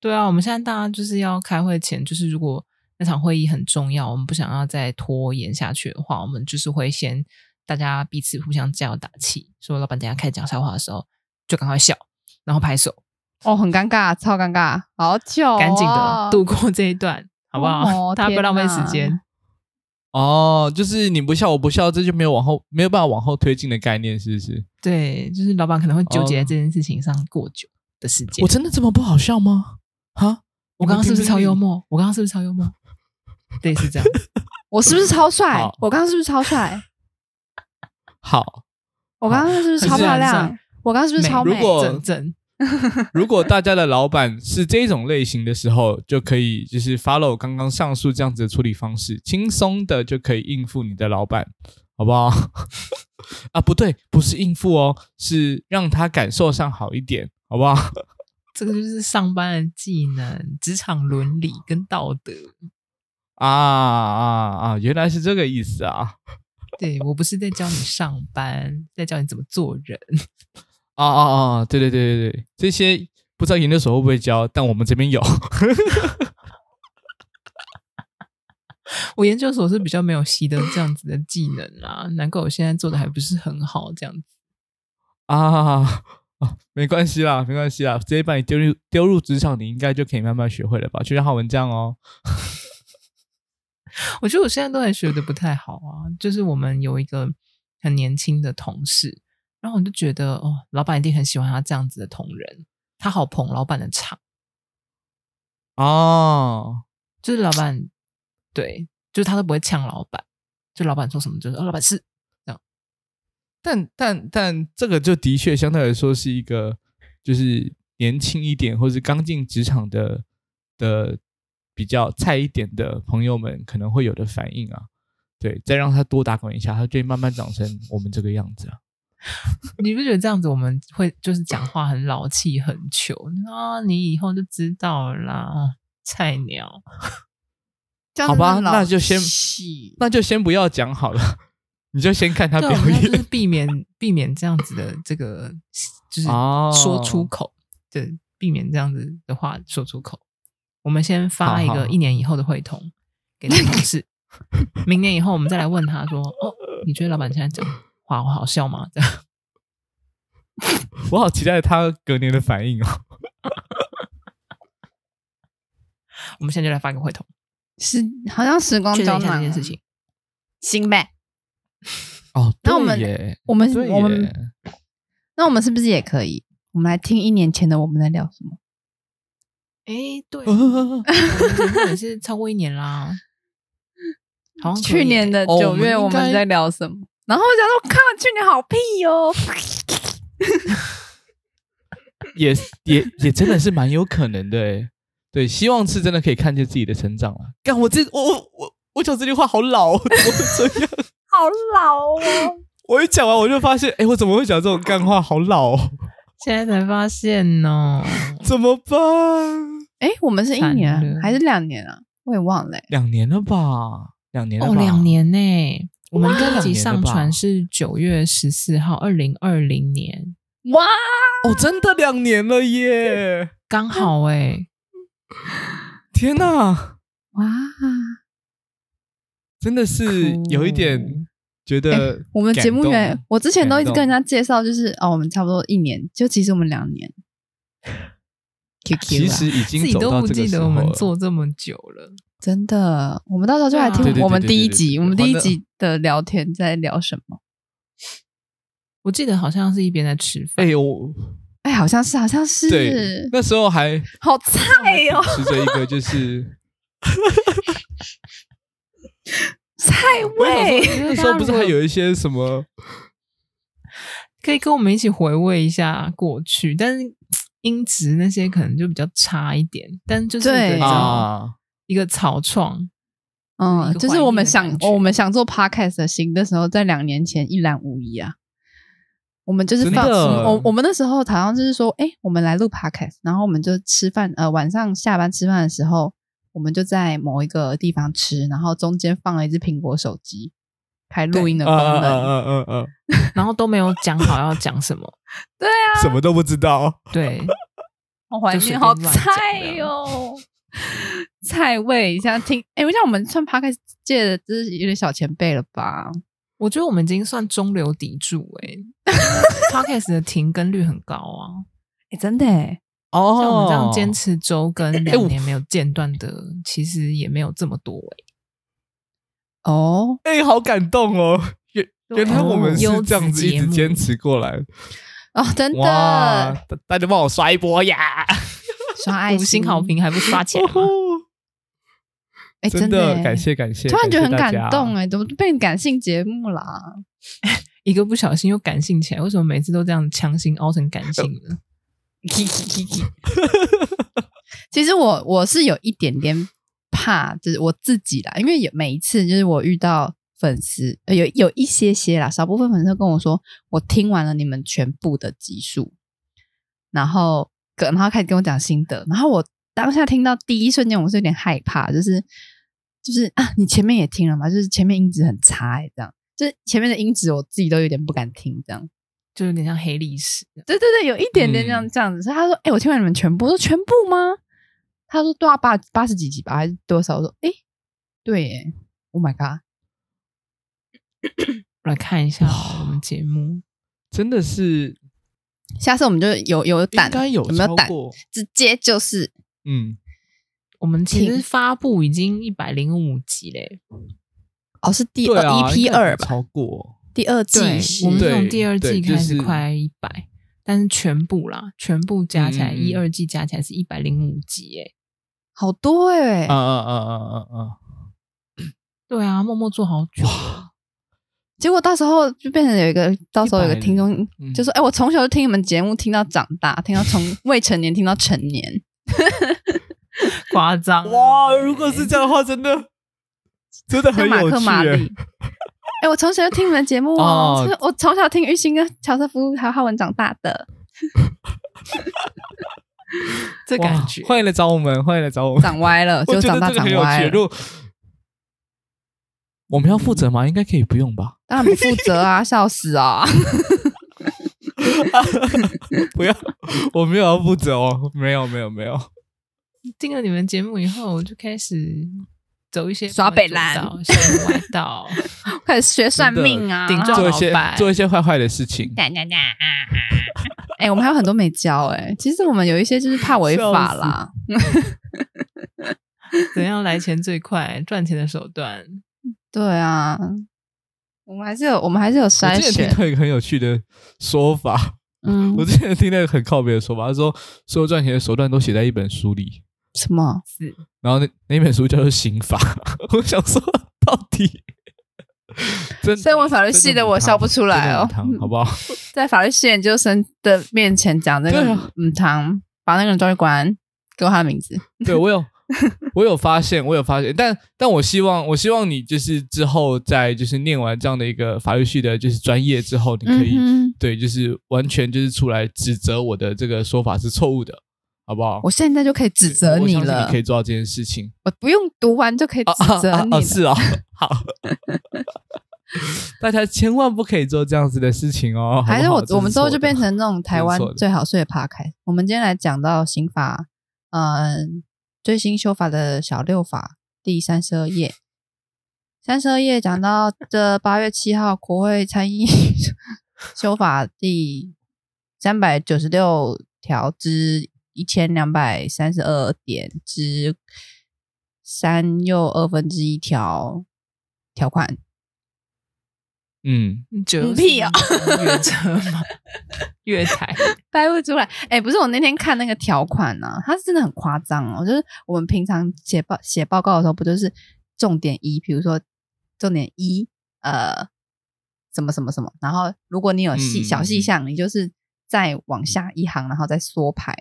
Speaker 2: 对啊，我们现在大家就是要开会前，就是如果那场会议很重要，我们不想要再拖延下去的话，我们就是会先大家彼此互相加油打气，说老板等一下开始讲笑话的时候就赶快笑，然后拍手，
Speaker 3: 哦，很尴尬，超尴尬，好糗、哦，
Speaker 2: 赶紧的度过这一段，好不好？
Speaker 3: 哦
Speaker 2: 大家不要浪费
Speaker 3: 天
Speaker 2: 时
Speaker 3: 哪
Speaker 2: 间。
Speaker 1: 哦，就是你不笑我不笑，这就没有往后没有办法往后推进的概念，是不是？
Speaker 2: 对，就是老板可能会纠结在
Speaker 1: 哦
Speaker 2: 这件事情上过久的时间。
Speaker 1: 我真的这么不好笑吗？哈，
Speaker 2: 我刚刚是不是超幽？默？我刚刚是不是超幽默？对，是这 样。
Speaker 3: 我是不是超帅
Speaker 1: 好？
Speaker 3: 我刚刚是不是超帅？
Speaker 1: 好，
Speaker 3: 我刚刚是不是超
Speaker 2: 很帅
Speaker 3: 漂
Speaker 2: 很
Speaker 3: 亮
Speaker 2: 帅？
Speaker 3: 我刚刚是不是
Speaker 2: 美
Speaker 3: 超美？
Speaker 1: 如果
Speaker 2: 正正，
Speaker 1: 如果大家的老板是这种类型的时候，就可以就是 follow 刚刚上述这样子的处理方式，轻松的就可以应付你的老板，好不好？ 啊，不对，不是应付哦，是让他感受上好一点，好不好？
Speaker 2: 这个就是上班的技能、职场伦理跟道德。
Speaker 1: 啊啊啊！原来是这个意思啊！
Speaker 2: 对我不是在教你上班，在教你怎么做人。
Speaker 1: 啊啊啊！对对对对对，这些不知道研究所会不会教，但我们这边有。
Speaker 2: 我研究所是比较没有习得这样子的技能啦，难怪我现在做的还不是很好。这样子，
Speaker 1: 啊啊，没关系啦，没关系啦，直接把你丢入丢入职场，你应该就可以慢慢学会了吧？就像浩文这样哦。
Speaker 2: 我觉得我现在都还学的不太好啊。就是我们有一个很年轻的同事，然后我就觉得哦，老板一定很喜欢他这样子的同仁，他好捧老板的场，
Speaker 1: 哦，
Speaker 2: 就是老板对，就是他都不会呛老板，就老板说什么就是、哦、老板是
Speaker 1: 但但但这个就的确相对来说是一个，就是年轻一点或是刚进职场的的比较菜一点的朋友们可能会有的反应啊。对，再让他多打滚一下，他就会慢慢长成我们这个样子啊。
Speaker 2: 你不觉得这样子我们会就是讲话很老气很哦糗啊？你以后就知道了啦，菜鸟。这样
Speaker 1: 好
Speaker 2: 子
Speaker 1: 吧
Speaker 2: 很老
Speaker 1: 那就先
Speaker 2: 气
Speaker 1: 那就先不要讲好了， 你就先看他
Speaker 2: 对
Speaker 1: 表
Speaker 2: 啊我们要就
Speaker 1: 演
Speaker 2: 是避免避免这样子的这个，就是
Speaker 1: 哦
Speaker 2: 说出口，对，避免这样子的话说出口。我们先
Speaker 1: 好
Speaker 2: 发一
Speaker 1: 好
Speaker 2: 个一年以后的会 同给那个同事，明年以后我们再来问他说：“哦，你觉得老板现在讲话好笑吗？”这样
Speaker 1: 我好期待他隔年的反应哦。
Speaker 2: 我们现在就来发一个会同，
Speaker 3: 是好像时光
Speaker 2: 确认
Speaker 3: 胶
Speaker 2: 一下
Speaker 3: 囊啊
Speaker 2: 这件事，情。
Speaker 3: 行呗。
Speaker 1: 哦，
Speaker 3: 那我们
Speaker 1: 对耶
Speaker 3: 我们
Speaker 1: 对耶
Speaker 3: 我们那我们是不是也可以？我们来听一年前的我们在聊什么？
Speaker 2: 哎，对，我们
Speaker 1: 啊
Speaker 2: 节目也是超过一年啦，好像可以
Speaker 3: 去年的
Speaker 1: 哦
Speaker 3: 九月
Speaker 1: 我
Speaker 3: 我
Speaker 1: 们应该
Speaker 3: 们在聊什么？然后我想说，看去年好屁哦，
Speaker 1: 也也也真的是蛮有可能的耶。对，希望是真的可以看见自己的成长啊。干，我这我我我我讲这句话好老哦，怎么会这样？
Speaker 3: 好老 哦。
Speaker 1: 我一讲完我就发现，哎、我怎么会讲这种干话？好老、哦，
Speaker 2: 现在才发现呢，
Speaker 1: 怎么办？
Speaker 3: 哎，我们是一
Speaker 2: 惨
Speaker 3: 年啊
Speaker 2: 了
Speaker 3: 还是两年啊？我也忘了欸。
Speaker 1: 两年了吧？两年了吧？
Speaker 2: 哦，两。年呢、我们这一
Speaker 1: 两
Speaker 2: 集
Speaker 1: 年了
Speaker 2: 上
Speaker 1: 吧
Speaker 2: 传是九月十四号，二零二零年，
Speaker 3: 哇，
Speaker 1: 哦，真的两年了耶！
Speaker 2: 刚好哎、
Speaker 1: 天哪，
Speaker 3: 哇，
Speaker 1: 真的是
Speaker 2: 酷
Speaker 1: 有一点觉得、
Speaker 3: 我们节目
Speaker 1: 啊
Speaker 3: 原我之前都一直跟人
Speaker 1: 家
Speaker 3: 家介绍，就是哦，我们差不多一年，就其实我们 两年。Q 啊 Q
Speaker 1: 其实已
Speaker 2: 哎自
Speaker 1: 经
Speaker 2: 己
Speaker 1: 走
Speaker 2: 都
Speaker 1: 到
Speaker 2: 不
Speaker 1: 这个
Speaker 2: 记
Speaker 1: 时
Speaker 2: 得
Speaker 1: 候
Speaker 2: 我们
Speaker 1: 了
Speaker 2: 做这么久了，
Speaker 3: 真的，我们到时候就来
Speaker 2: 对啊对
Speaker 1: 对
Speaker 3: 听
Speaker 1: 对
Speaker 3: 我们
Speaker 1: 对
Speaker 3: 第
Speaker 1: 对
Speaker 3: 一
Speaker 1: 对
Speaker 3: 集，
Speaker 1: 对
Speaker 3: 我们第
Speaker 1: 好
Speaker 3: 一
Speaker 1: 的
Speaker 3: 集的聊天在聊什么？
Speaker 2: 我记得好像是一边在吃
Speaker 1: 哎
Speaker 2: 饭，
Speaker 1: 呦，
Speaker 3: 哎，好像是，好像
Speaker 1: 对
Speaker 3: 是，，
Speaker 1: 那时候 还
Speaker 3: 好菜哦哟、
Speaker 1: 持着一个就是，
Speaker 3: 菜
Speaker 1: 我想
Speaker 3: 味。
Speaker 1: 说哎那时候不是还有一些什么？
Speaker 2: 可以跟我们一起回味一下过去，但是音质那些可能就比较差一点，但就是一个
Speaker 3: 对
Speaker 2: 你知道
Speaker 1: 啊，
Speaker 2: 一个草创，
Speaker 3: 嗯，
Speaker 2: 一个
Speaker 3: 就
Speaker 2: 怀
Speaker 3: 是
Speaker 2: 念
Speaker 3: 我们
Speaker 2: 的
Speaker 3: 想
Speaker 2: 感觉
Speaker 3: 我们想做 podcast 的行的时候，在两年前一览无遗啊。我们就是
Speaker 1: 真
Speaker 3: 放
Speaker 1: 的
Speaker 3: 松我我们那时候好像就是说，哎、我们来录 podcast，然后我们就吃饭，呃，晚上下班吃饭的时候，我们就在某一个地方吃，然后中间放了一只苹果手机，开录音的
Speaker 1: 嗯
Speaker 3: 功能。
Speaker 1: 嗯嗯嗯嗯，
Speaker 2: 然后都没有讲好要讲什么，
Speaker 3: 对啊，
Speaker 1: 什么都不知道。
Speaker 2: 对，
Speaker 3: 好怀
Speaker 2: 就随
Speaker 3: 念，
Speaker 2: 便
Speaker 3: 好
Speaker 2: 乱讲
Speaker 3: 菜哟、菜味，像听，哎、像我们算 podcast 界的，就是有点小前辈了吧？
Speaker 2: 我觉得我们已经算中流砥柱哎、p o d c a s t 的停更率很高啊，
Speaker 3: 哎、真的、欸，
Speaker 1: 哦哎
Speaker 2: 像我们这样坚，持周更两年没有间断的，其实也没有这么多哎、
Speaker 3: 哦，
Speaker 1: 哎、好感动哦！原
Speaker 3: 啊
Speaker 1: 原来我们是这样子一直坚持过来，
Speaker 3: 哦，真
Speaker 1: 哇
Speaker 3: 的，！
Speaker 1: 大大家帮我刷一波呀！
Speaker 3: 刷爱
Speaker 2: 五星好，评还不刷 钱吗？
Speaker 3: 哎、
Speaker 1: 真
Speaker 3: 的欸、
Speaker 1: 感谢感谢，
Speaker 3: 突然觉得很
Speaker 1: 感
Speaker 3: 感
Speaker 1: 谢大家啊
Speaker 3: 动、哎，怎么变感性节目啦？
Speaker 2: 一个不小心又感性起来，为什么每次都这样强行凹成感性呢？
Speaker 3: 其实我我是有一点点怕，就是我自己啦，因为有每一次就是我遇到粉丝，呃有有一些些啦，少部分粉丝跟我说，我听完了你们全部的集数，然后跟然后开始跟我讲心得，然后我当下听到第一瞬间，我是有点害怕，就是就是啊，你前面也听了嘛，就是前面音质很差、欸，这样。就是前面的音质，我自己都有点不敢听，这样。
Speaker 2: 就有点像黑历史。
Speaker 3: 对对对，有一点点这样、
Speaker 1: 嗯
Speaker 3: 这样子。所以他说：“哎、我听完你们全部，我说全部吗？”他说：“对啊，八八十几集吧，还是多少？”我说：“哎、对耶，Oh my god！
Speaker 2: 我来看一下哦
Speaker 1: 哇
Speaker 2: 我们节目，
Speaker 1: 真的是
Speaker 3: 下次我们就有有胆，
Speaker 1: 应该有
Speaker 3: 没有
Speaker 1: 超
Speaker 3: 胆？
Speaker 1: 过
Speaker 3: 直接就是
Speaker 1: 嗯，
Speaker 2: 我们其实
Speaker 3: 挺
Speaker 2: 发布已经一百零五集嘞，
Speaker 3: 哦，是第
Speaker 1: 对
Speaker 3: 二、
Speaker 1: 啊，应
Speaker 3: EP
Speaker 1: 该有
Speaker 3: 二吧？
Speaker 1: 超过
Speaker 3: 第二季
Speaker 2: 对
Speaker 3: 是
Speaker 2: 我们
Speaker 1: 对
Speaker 2: 从第二
Speaker 1: 对
Speaker 2: 季
Speaker 1: 就
Speaker 2: 开始
Speaker 1: 是
Speaker 2: 快一百、但是全部啦，全部加起来，
Speaker 1: 嗯嗯嗯
Speaker 2: 一二季加起来是一百零五集哎。
Speaker 3: 好多哎、
Speaker 1: 啊啊啊啊啊啊！
Speaker 2: 对啊，默默做好
Speaker 1: 嗯
Speaker 2: 久，
Speaker 3: 结果到时候就变成有一个，到时候有个
Speaker 1: 100
Speaker 3: 听众
Speaker 1: 嗯
Speaker 3: 就说：“哎、我从小就听你们节目，听到长大，听到从 未成年听到成年，
Speaker 2: 夸张啊
Speaker 1: 哇，如果是这样的话，真的真的
Speaker 3: 像
Speaker 1: 很
Speaker 3: 马
Speaker 1: 有
Speaker 3: 克
Speaker 1: 趣
Speaker 3: 马
Speaker 1: 耶。
Speaker 3: 里。”哎、我从小就听你们的节目哦，
Speaker 1: 哦
Speaker 3: 是我从小听玉兴跟乔瑟夫还有浩文长大的。
Speaker 2: 这
Speaker 1: 哇
Speaker 2: 感觉。
Speaker 1: 欢迎来找我们，欢迎来找我们。
Speaker 3: 长歪了，
Speaker 1: 我
Speaker 3: 就
Speaker 1: 觉
Speaker 3: 长
Speaker 1: 得
Speaker 3: 大
Speaker 1: 这个
Speaker 3: 长
Speaker 1: 很有
Speaker 3: 歪
Speaker 1: 趣。
Speaker 3: 了。
Speaker 1: 如果我们要负责吗？应该可以不用吧？
Speaker 3: 当然不负责啊，笑死啊！
Speaker 1: 不要， 我没有要负责哦，没有没有没有，
Speaker 2: 听了你们节目以后，我就开始走一些
Speaker 3: 耍北兰
Speaker 2: 不门左道小门外道，
Speaker 3: 开始学算命啊，
Speaker 2: 真的顶 撞
Speaker 1: 做一
Speaker 2: 老
Speaker 1: 些
Speaker 2: 板
Speaker 1: 做一些坏坏的事情。
Speaker 3: 哒哒哒啊啊哎、我们还有很多没教哎、其实我们有一些就是怕违法啦，
Speaker 2: 怎样来钱最快，赚钱的手段。
Speaker 3: 对啊，我们还是有，我们还是有
Speaker 1: 我
Speaker 3: 筛
Speaker 1: 之前
Speaker 3: 选
Speaker 1: 听，到一个很有趣的说法，
Speaker 3: 嗯
Speaker 1: 我，之前听到一个很靠别的说法，他说所有赚钱的手段都写在一本书里，
Speaker 3: 什么？
Speaker 2: 是
Speaker 1: 然后那那本书叫做《刑法》， 我想说到底 真
Speaker 3: 身为法律系的我笑不出来哦
Speaker 1: 真的很唐好不好？
Speaker 3: 在法律系研究生的面前讲这
Speaker 1: 对
Speaker 3: 个
Speaker 1: 啊
Speaker 3: 嗯堂，把那个人抓去关，给我他的名字。
Speaker 1: 对我 有，我有发现，我有发现，但但我希望，我希望你就是之后在就是念完这样的一个法律系的，就是专业之后，你可以、
Speaker 3: 嗯哼，
Speaker 1: 对，就是完全就是出来指责我的这个说法是错误的，好不好？
Speaker 3: 我现在就可以指责
Speaker 1: 我
Speaker 3: 你
Speaker 1: 相信
Speaker 3: 了
Speaker 1: 你可，以做到这件事情。
Speaker 3: 我不用读完就可以
Speaker 1: 哦
Speaker 3: 指责你
Speaker 1: 哦，
Speaker 3: 了。
Speaker 1: 是 哦，好，大家千万不可以做这样子的事情哦。好不好
Speaker 3: 还是我
Speaker 1: 这
Speaker 3: 我们之后
Speaker 1: 错
Speaker 3: 就
Speaker 1: 的
Speaker 3: 变成那种台
Speaker 1: 这
Speaker 3: 湾
Speaker 1: 是错的
Speaker 3: 最好睡的 p 开。我们今天来讲到刑法，嗯，最新修法的小六法第三十二页。三十二页讲到这八月七号国会参议修法第三百九十六条之一千两百三十二点之三又二分之一条条款，
Speaker 1: 嗯。
Speaker 2: 折
Speaker 3: 屁啊
Speaker 2: 月车吗？月台
Speaker 3: 掰不出来。哎、不是我那天看那个条款呢、它是真的很夸张哦。就是我们平常写报写报告的时候，不就是重点一，比如说重点一，呃，什么什么什么，然后如果你有细、
Speaker 1: 嗯
Speaker 3: 小细项，你就是再往下一行，然后再缩排，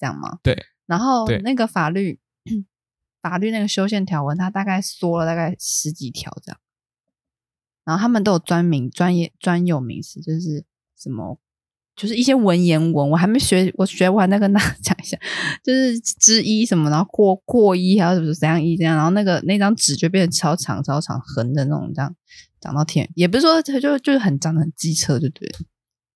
Speaker 3: 这样吗？
Speaker 1: 对。
Speaker 3: 然后
Speaker 1: 对
Speaker 3: 那个法律 法律那个修宪条文，它大概缩了大概十几条这样。然后他们都有专名、专业、专有名词，就是什么，就是一些文言文，我还没学，我学完再跟大家讲一下，就是之一什么，然后过过一，还有什么怎样一这样，然后那个那张纸就变成超长、超长横的那种，这样长到天，也不是说它就就是很长得很机车，就对了。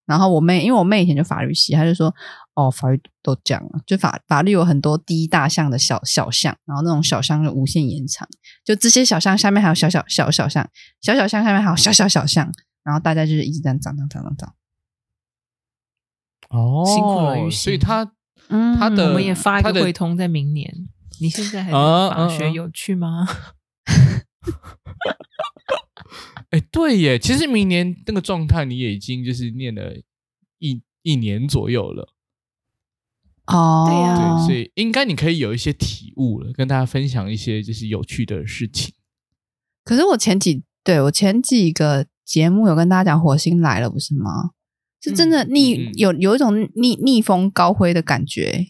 Speaker 3: 然后我妹，因为我妹以前就法律系，她就说，哦，法律都这样了，就法法律有很多第一大项的小小项，然后那种小项就无限延长，就这些小项下面还有小小小小项，小小项下面还有小小小项，然后大家就是一直这样长长长长长。
Speaker 1: 哦，
Speaker 2: 辛苦了于
Speaker 1: 所以
Speaker 2: 心
Speaker 1: 他
Speaker 3: 嗯
Speaker 1: 他的
Speaker 2: 我们也发一
Speaker 1: 他
Speaker 2: 个
Speaker 1: 呃的
Speaker 2: 会通在明年。你现在还
Speaker 1: 啊
Speaker 2: 对
Speaker 1: 啊
Speaker 2: 法
Speaker 1: 啊
Speaker 2: 学有趣吗？
Speaker 1: 哎、对耶，其实明年那个状态你也已经就是念了一一年左右了，
Speaker 3: 哦，
Speaker 2: 对呀
Speaker 1: 对，所以应该你可以有一些体悟了，跟大家分享一些就是有趣的事情。
Speaker 3: 可是我前几对我前几个节目有跟大家讲火星来了，不是吗？是真的逆、
Speaker 1: 嗯嗯
Speaker 3: 有有一种逆逆风高飞的感觉，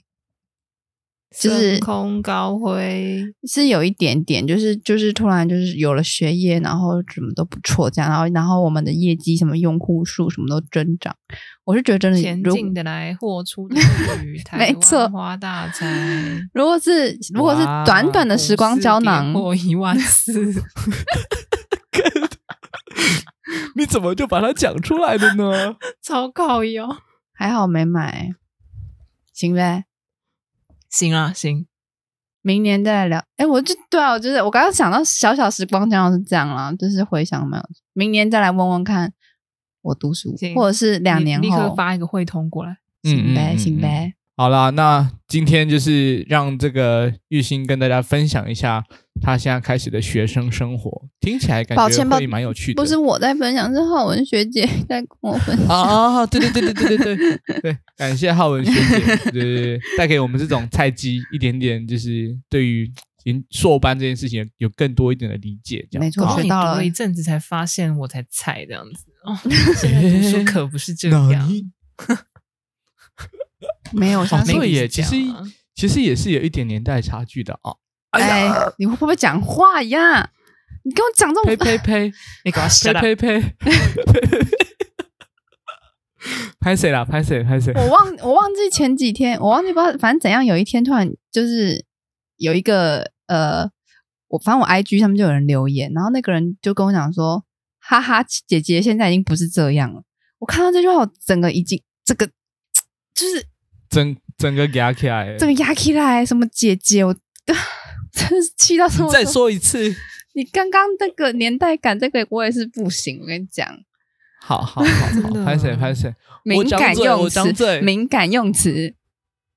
Speaker 3: 就是
Speaker 2: 升空高飞，
Speaker 3: 是有一点点，就是就是突然就是有了学业，然后什么都不错，这样，然后然后我们的业绩什么用户数什么都增长，我是觉得真的
Speaker 2: 前
Speaker 3: 如
Speaker 2: 进的来，豁 出的去，台
Speaker 3: 没错
Speaker 2: 湾发 大财。
Speaker 3: 如果是如果是短短的时光胶囊，
Speaker 2: 或一万四，
Speaker 1: 你怎么就把它讲出来的呢？
Speaker 2: 超靠腰。
Speaker 3: 还好没买，行呗。
Speaker 2: 行啊，行，
Speaker 3: 明年再来聊。哎，我就对啊，我就是我刚刚想到小小时光胶囊是这样啦，就是回想没有，明年再来问问看我读书
Speaker 2: 行，
Speaker 3: 或者是两
Speaker 2: 你
Speaker 3: 年
Speaker 2: 立刻
Speaker 3: 后，
Speaker 2: 发一个汇通过来。
Speaker 3: 行
Speaker 1: 嗯嗯
Speaker 3: 呗，
Speaker 1: 嗯
Speaker 3: 行呗。
Speaker 1: 好啦，那今天就是让这个玉兴跟大家分享一下他现在开始的学生生活，听起来感
Speaker 3: 抱
Speaker 1: 觉
Speaker 3: 歉抱
Speaker 1: 会蛮有趣的。
Speaker 3: 不是我在分享，是浩文学姐在跟我分享。
Speaker 1: 啊啊！啊对对对对对对对 对，感谢浩文学姐，对对对，带给我们这种菜鸡一点点，就是对于研硕班这件事情有更多一点的理解，这样啊
Speaker 3: 没错
Speaker 1: 好
Speaker 3: 学到了
Speaker 2: 我一阵子才发现，我才菜这样子。哦，现在读书可不是这
Speaker 1: 哪
Speaker 2: 样。
Speaker 1: 里
Speaker 3: 没有，我相
Speaker 1: 哦
Speaker 3: 信
Speaker 1: 对
Speaker 3: 你
Speaker 1: 耶，
Speaker 3: 是这
Speaker 1: 其
Speaker 3: 样
Speaker 1: 实
Speaker 2: 啊
Speaker 1: 其实也是有一点年代差距的啊。
Speaker 3: 哎，你会不会讲话呀？你跟我讲这
Speaker 1: 呸
Speaker 3: 种，
Speaker 1: 呸呸
Speaker 2: 你 给我
Speaker 1: 呸
Speaker 2: shut up！
Speaker 1: 呸呸！ 拍谁啦？拍谁？拍谁？
Speaker 3: 我忘我忘记前几天，我忘记不知道，反正怎样，有一天突然就是有一个呃我反正我 IG 上面就有人留言，然后那个人就跟我讲说：“哈哈，姐姐现在已经不是这样了。”我看到这句话，我整个已经这个就是
Speaker 1: 整整个给他起来了。
Speaker 3: 这个压起来，什么姐姐，我 真是气到什么
Speaker 1: 你
Speaker 3: 时
Speaker 1: 再
Speaker 3: 候？
Speaker 1: 说一次，
Speaker 3: 你刚刚那个年代感，这个我也是不行。我跟你讲，
Speaker 1: 好好好
Speaker 2: 真
Speaker 1: 好，
Speaker 2: 的
Speaker 1: 拍谁拍谁，我
Speaker 3: 敏
Speaker 1: 讲
Speaker 3: 感
Speaker 1: 嘴
Speaker 3: 用
Speaker 1: 我讲
Speaker 3: 词，
Speaker 1: 嘴
Speaker 3: 敏感用词，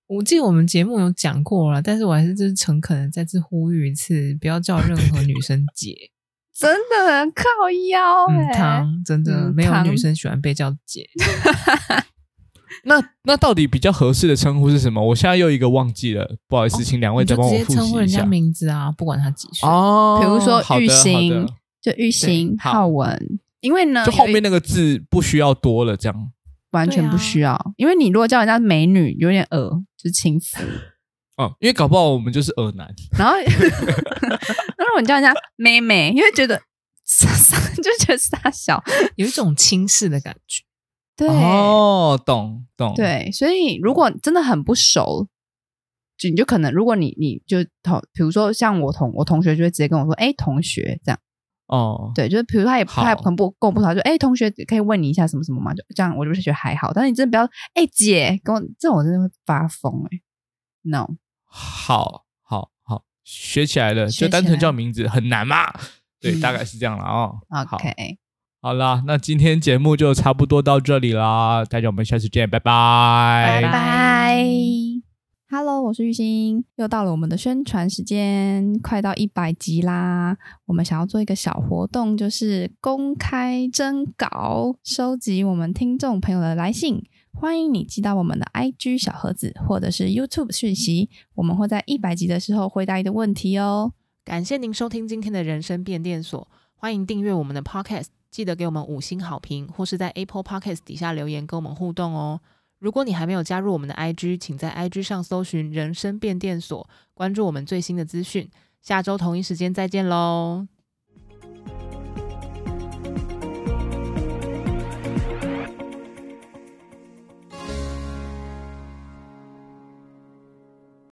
Speaker 2: 我记得我们节目有讲过了，但是我还是就是诚恳的再次呼吁一次，不要叫任何女 生姐。
Speaker 3: 真的很靠腰
Speaker 2: 嗯，
Speaker 3: 哎、
Speaker 2: 汤真的、
Speaker 3: 嗯
Speaker 2: 没有
Speaker 3: 汤
Speaker 2: 女生喜欢被叫姐。
Speaker 1: 那那到底比较合适的称呼是什么？我现在又一个忘记了，不好意
Speaker 3: 哦
Speaker 1: 思，请两位
Speaker 2: 你
Speaker 1: 再
Speaker 2: 就
Speaker 1: 帮
Speaker 2: 直
Speaker 1: 我
Speaker 2: 接
Speaker 1: 复
Speaker 2: 称
Speaker 1: 习
Speaker 2: 呼
Speaker 1: 一
Speaker 2: 人
Speaker 1: 下
Speaker 2: 家。名字啊，不管他几岁。
Speaker 1: 哦，
Speaker 3: 比如说
Speaker 1: 好的
Speaker 3: 玉兴
Speaker 1: 好的
Speaker 3: 就玉兴、
Speaker 1: 好
Speaker 3: 浩文，因为呢，
Speaker 1: 就后
Speaker 3: 有
Speaker 1: 面
Speaker 3: 一
Speaker 1: 那个字不需要多了，这样
Speaker 3: 完全不需要，因为你如果叫人家美女，有点恶，就是轻浮。
Speaker 1: 哦，因为搞不好我们就是耳男，
Speaker 3: 然后，那如果你叫人家妹妹，因为觉得傻傻，就觉得傻小。
Speaker 2: 有一种轻视的感觉。
Speaker 3: 对、
Speaker 1: 哦，懂懂，，
Speaker 3: 对，所以如果真的很不熟，就你就可能，如果你你就同，比如说像我同我同学就会直接跟我说，哎、同学这样。
Speaker 1: 哦，
Speaker 3: 对，就是比如他也
Speaker 1: 好
Speaker 3: 他也可能不跟我不熟，他就哎、同学可以问你一下什么什么嘛，就这样，我就会觉得还好。但是你真的不要哎、姐跟我这种我真的会发疯哎、no
Speaker 1: 好好好，学起来了，
Speaker 3: 学起
Speaker 1: 就
Speaker 3: 来
Speaker 1: 单纯叫名字很难嘛，对，
Speaker 3: 嗯
Speaker 1: 大概是这样了哦。好
Speaker 3: OK
Speaker 1: 好啦，那今天节目就差不多到这里啦，大家我们下次见，拜
Speaker 3: 拜
Speaker 1: 拜。
Speaker 3: 拜。Hello，我是玉兴，又到了我们的宣传时间，快到一百集啦！我们想要做一个小活动，就是公开征稿，收集我们听众朋友的来信。欢迎你寄到我们的 IG 小盒子或者是 YouTube 讯息，我们会在一百集的时候回答你的问题哦。
Speaker 4: 感谢您收听今天的人生变电所，欢迎订阅我们的 Podcast，记得给我们五星好评，或是在 Apple Podcast 底下留言跟我们互动哦。如果你还没有加入我们的 IG，请在 IG 上搜寻“人生变电所”，关注我们最新的资讯。下周同一时间再见喽！